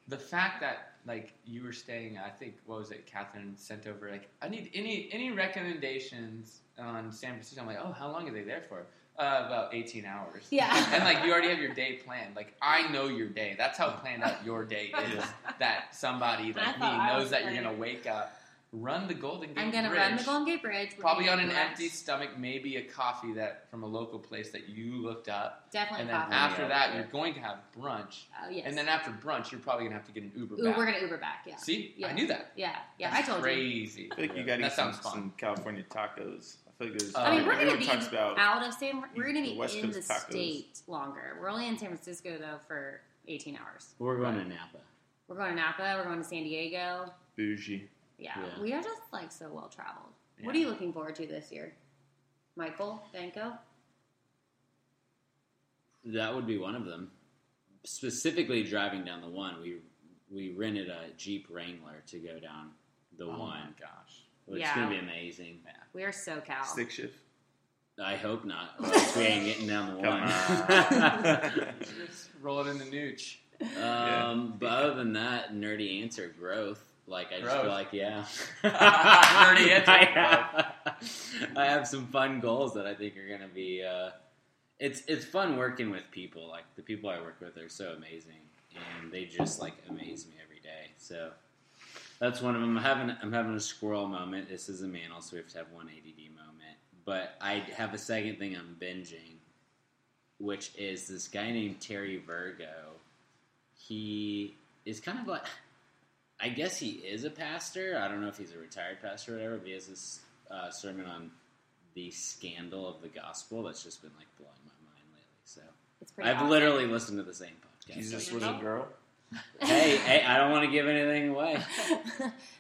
The fact that like you were staying, I think what was it? Catherine sent over like I need any any recommendations on San Francisco. I'm like, oh, how long are they there for? Uh, about 18 hours. Yeah. And like you already have your day planned. Like I know your day. That's how planned out [LAUGHS] your day is. That somebody I like me thought I knows was that you're planning. gonna wake up, run the Golden Gate I'm going to Bridge, run the Golden Gate Bridge. We're probably on gonna an get brunch. empty stomach, maybe a coffee that from a local place that you looked up, Definitely and then coffee. after Yeah. that you're going to have brunch, oh, yes. and then after brunch you're probably gonna have to get an Uber. Ooh, back. we're going to Uber back. Yeah. See, I Yeah. knew that. Yeah. Yeah. That's I told you. crazy. I feel like you Yeah. got to That eat some, sounds fun. Uh, some California tacos. I feel like there's. I mean, we're gonna everyone be talks about Out of San, we're going to The be West in the Coast tacos. state longer. We're only in San Francisco though for 18 hours. We're going to Napa. We're going to Napa. We're going to San Diego. bougie. Yeah, Yeah. we are just like so well traveled. What are Yeah. you looking forward to this year, Michael Banco? That would be one of them. Specifically, driving down the one, we we rented a Jeep Wrangler to go down the Oh one, my gosh. which Yeah. is going to be amazing. We are SoCal. [LAUGHS] Stick shift. I hope not. because we ain't getting down the Come [LAUGHS] one. Just roll it in the nooch. um, But other than that, nerdy answer growth. Like I just Growth. feel like yeah, [LAUGHS] Nerdy answer, I have, I have some fun goals that I think are going to be. Uh, it's it's fun working with people. Like the people I work with are so amazing, and they just like amaze me every day. So that's one of them. I'm having I'm having a squirrel moment. This is a mantle, so we have to have one ADD moment. But I have a second thing I'm binging, which is this guy named Terry Virgo. He is kind of like. I guess he is a pastor. I don't know if he's a retired pastor or whatever, but he has this uh, sermon on the scandal of the gospel that's just been like blowing my mind lately. So It's pretty. I've awesome. literally listened to the same podcast. Jesus Like, was a girl. [LAUGHS] hey, hey, I don't want to give anything away. [LAUGHS]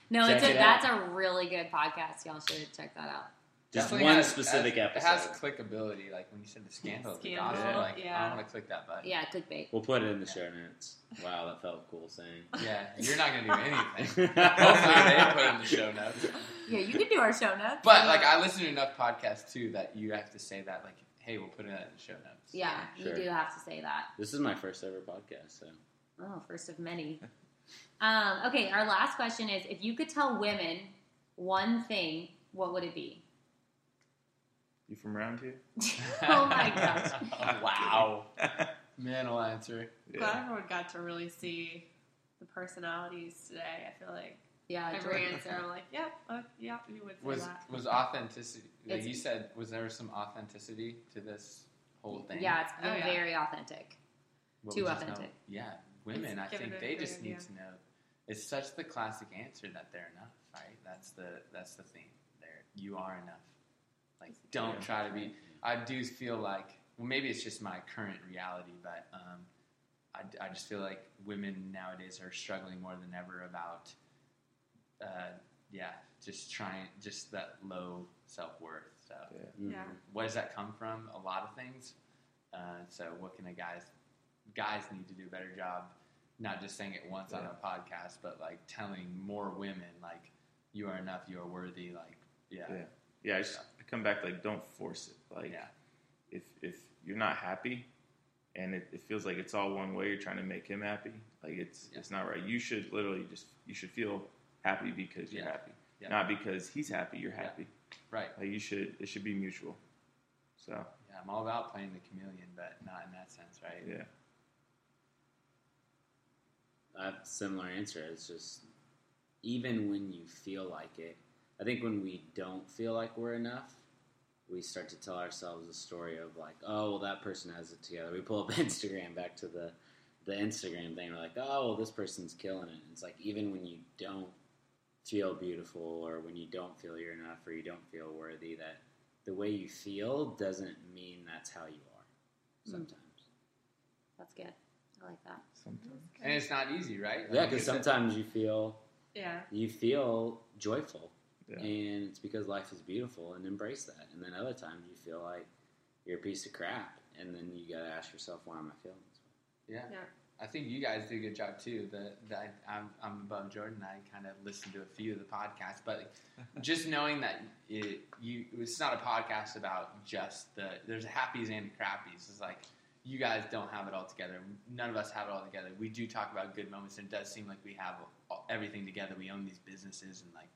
no, Check it's a, it out. that's a really good podcast. Y'all should check that out. Just Definitely one has- specific has- episode. It has clickability. Like when you said the scandal, of the Scandal, gospel, like I yeah. want to click that button. Yeah, clickbait. We'll put it in the show notes. Wow, that felt cool saying. [LAUGHS] Yeah, you're not gonna do anything. Hopefully they put it in the show notes. Yeah, you can do our show notes. But like I listen to enough podcasts too that you have to say that like, hey, we'll put it in the show notes. [LAUGHS] yeah, Sure. you do have to say that. this is my first ever podcast, so Oh, first of many. Um, okay, our last question is: If you could tell women one thing, what would it be? You from around here? Oh my gosh. [LAUGHS] wow. Man, I'll answer. Glad everyone got to really see the personalities today. I feel like Yeah, every answer, [LAUGHS] I'm like, yep, uh, yep, you would say Was that. was authenticity? Like It's- you said, was there some authenticity to this whole thing? Yeah, it's been Oh, yeah. very authentic. What Too would you tell- authentic. yeah, women. It's I given think a they good just need idea. to know. It's such the classic answer that they're enough, right? That's the that's the thing. There, you are enough. Like, don't try to be. I do feel like well, maybe it's just my current reality, but um, I, I just feel like women nowadays are struggling more than ever about, uh, yeah, just trying just that low self worth. So Yeah. where does that come from? A lot of things. Uh, so what can a guys guys need to do a better job? Not just saying it once on a podcast, but like telling more women like you are enough, you are worthy. Like yeah, Yeah. Yeah, I, just, I come back like don't force it. Like Yeah. if if you're not happy, and it, it feels like it's all one way, you're trying to make him happy. Like it's Yeah. it's not right. You should literally just you should feel happy because you're Yeah. happy. Yeah. not because he's happy, you're happy. Right. Like you should, it should be mutual. So Yeah, I'm all about playing the chameleon, but not in that sense, right? yeah, I have a similar answer. It's just even when you feel like it, I think when we don't feel like we're enough, we start to tell ourselves a story of like, oh, well, that person has it together. We pull up [LAUGHS] Instagram back to the the Instagram thing. We're like, oh, well, this person's killing it. It's like even when you don't feel beautiful or when you don't feel you're enough or you don't feel worthy, that the way you feel doesn't mean that's how you are. Mm. Sometimes, That's good. I like that. sometimes. And it's not easy, right? yeah, Like, because it's a- sometimes you feel Yeah. you feel joyful Yeah. and it's because life is beautiful and embrace that and then other times you feel like you're a piece of crap and then you gotta ask yourself why am i feeling this way Yeah. Yeah. I think you guys do a good job too. The, the I, I'm, I'm above Jordan. I kind of listen to a few of the podcasts, but just knowing that it, you, it's not a podcast about just the there's happies and crappies. It's like you guys don't have it all together. None of us have it all together. We do talk about good moments, and it does seem like we have all, everything together. We own these businesses and like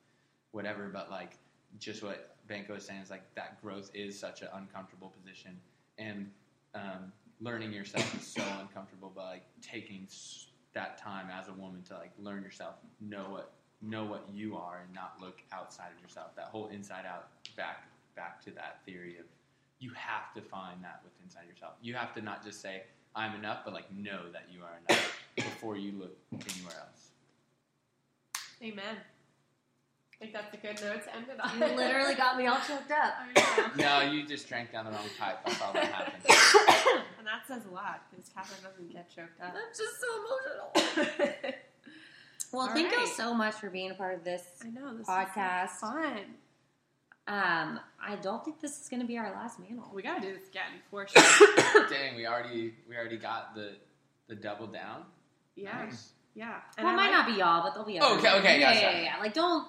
whatever, but like just what Banco was saying is like that growth is such an uncomfortable position, and um, learning yourself is so uncomfortable. But like taking s- that time as a woman to like learn yourself, know what know what you are, and not look outside of yourself. That whole inside out back back to that theory of you have to find that within inside yourself. You have to not just say I'm enough, but like know that you are enough before you look anywhere else. Amen. I think that's a good note to end it on. You literally got me all choked up. [LAUGHS] I [COUGHS] know. No, you just drank down the wrong pipe. I saw that happen. [LAUGHS] And that says a lot because Catherine doesn't get choked up. just so emotional. [LAUGHS] well, All thank you all right. so much for being a part of this. I know. This Podcast. Is so fun. Um, I don't think this is going to be our last mantle. We gotta do this again for [COUGHS] sure. Dang, we already we already got the the double down. yeah. Nice. Yeah. well, it like- might not be y'all, but there'll be Oh, others. okay, okay, yeah, yeah, yeah, sorry. yeah. Like, don't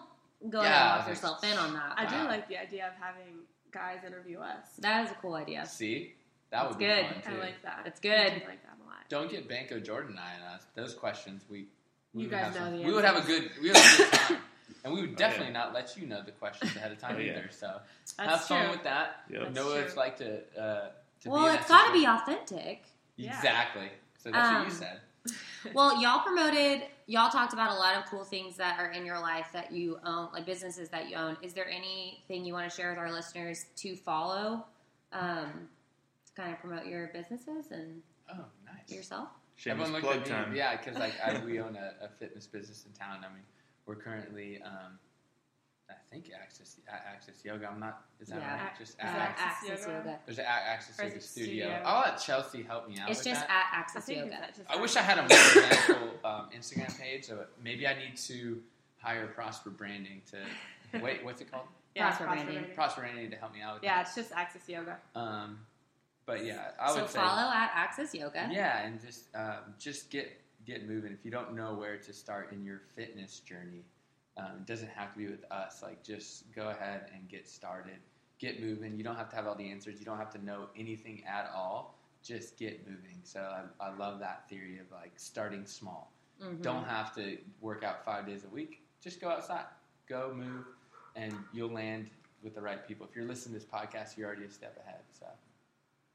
go ahead Yeah, and I lock was yourself like, in on that. I do Wow. like the idea of having guys interview us. That is a cool idea. See, that That's would be good. fun I too. like that. That's good. I do like that a lot. Don't get Banco Jordan and I on us. Those questions we, we You would guys have know some- the we would have a good we would have [LAUGHS] a good time, and we would definitely not let you know the questions ahead of time [LAUGHS] Oh, yeah. either. So That's have fun true. with that. Yep. That's know what true. it's like to. Uh, to Well, be it's got to be authentic. Yeah. exactly. So that's what you Um, said. Well, y'all promoted, y'all talked about a lot of cool things that are in your life that you own, like businesses that you own. Is there anything you want to share with our listeners to follow um, to kind of promote your businesses and Oh, nice. yourself? Shameless Everyone plug looked at time. me. Yeah, because like I, [LAUGHS] we own a, a fitness business in town. I mean, we're currently, um, I think Access A- Access Yoga. I'm not. Is that Yeah. right? Just A- at, Access Access Yoga? Uh, Yoga. There's an a- Access Or is Yoga it studio. studio? I'll let Chelsea help me out It's with just that. at I Access think Yoga. it's just I wish I had a more example um, Instagram page. So maybe I need to hire Prosper Branding to wait. What's it called? yeah, Prosper Branding. Branding. Prosper Branding to help me out with Yeah, it's just Access Yoga. that. Um, but yeah, I so would say follow at Access Yoga. yeah, and just um, just get get moving. If you don't know where to start in your fitness journey, um, it doesn't have to be with us. Like just go ahead and get started, get moving. You don't have to have all the answers. You don't have to know anything at all. Just get moving. So I, I love that theory of like starting small. Mhm. Don't Mm-hmm. have to work out five days a week. Just go outside, go move, and you'll land with the right people. If you're listening to this podcast, you're already a step ahead. So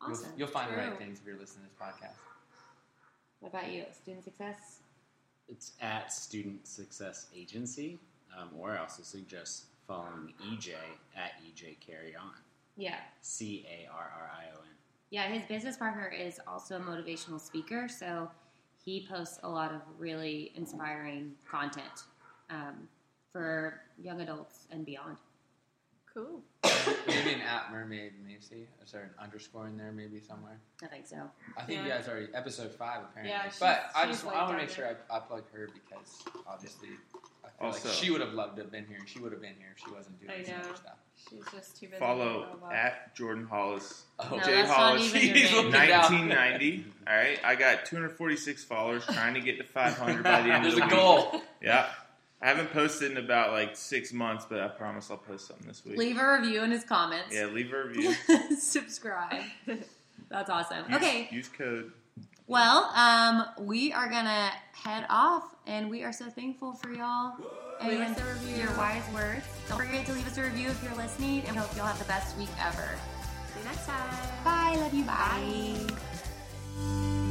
Awesome. you'll, you'll find the right True. things if you're listening to this podcast. What about you? Student success? it's at student success agency um, or i also suggest following ej at ej carry on Yeah. c-a-r-r-i-o-n Yeah, his business partner is also a motivational speaker, so he posts a lot of really inspiring content um, for young adults and beyond. Cool. maybe an at mermaid Macy. Is there an underscore in there maybe somewhere? I think so. I think you Yeah. guys already episode five apparently. Yeah, she's- but I she's just like I want to down make sure I, I plug her because obviously I feel Also- like she would have loved to have been here. and She would have been here if she wasn't I doing some know. other stuff. She's just too busy. Follow to go about. at Jordan Hollis, Oh, No, Jay that's not Hollis, even your [LAUGHS] name. 1990. All right, I got 246 followers, trying to get to 500 by the end of There's the a week. goal. Yeah, I haven't posted in about like six months, but I promise I'll post something this week. Leave a review in his comments. Yeah, leave a review. Subscribe. [LAUGHS] That's awesome. Use- Okay. Use code. Well, um, we are gonna head off, and we are so thankful for y'all Leave and us a review. your wise words. Don't forget to leave us a review if you're listening, and we hope y'all have the best week ever. See you next time. Bye, love you, bye. Bye.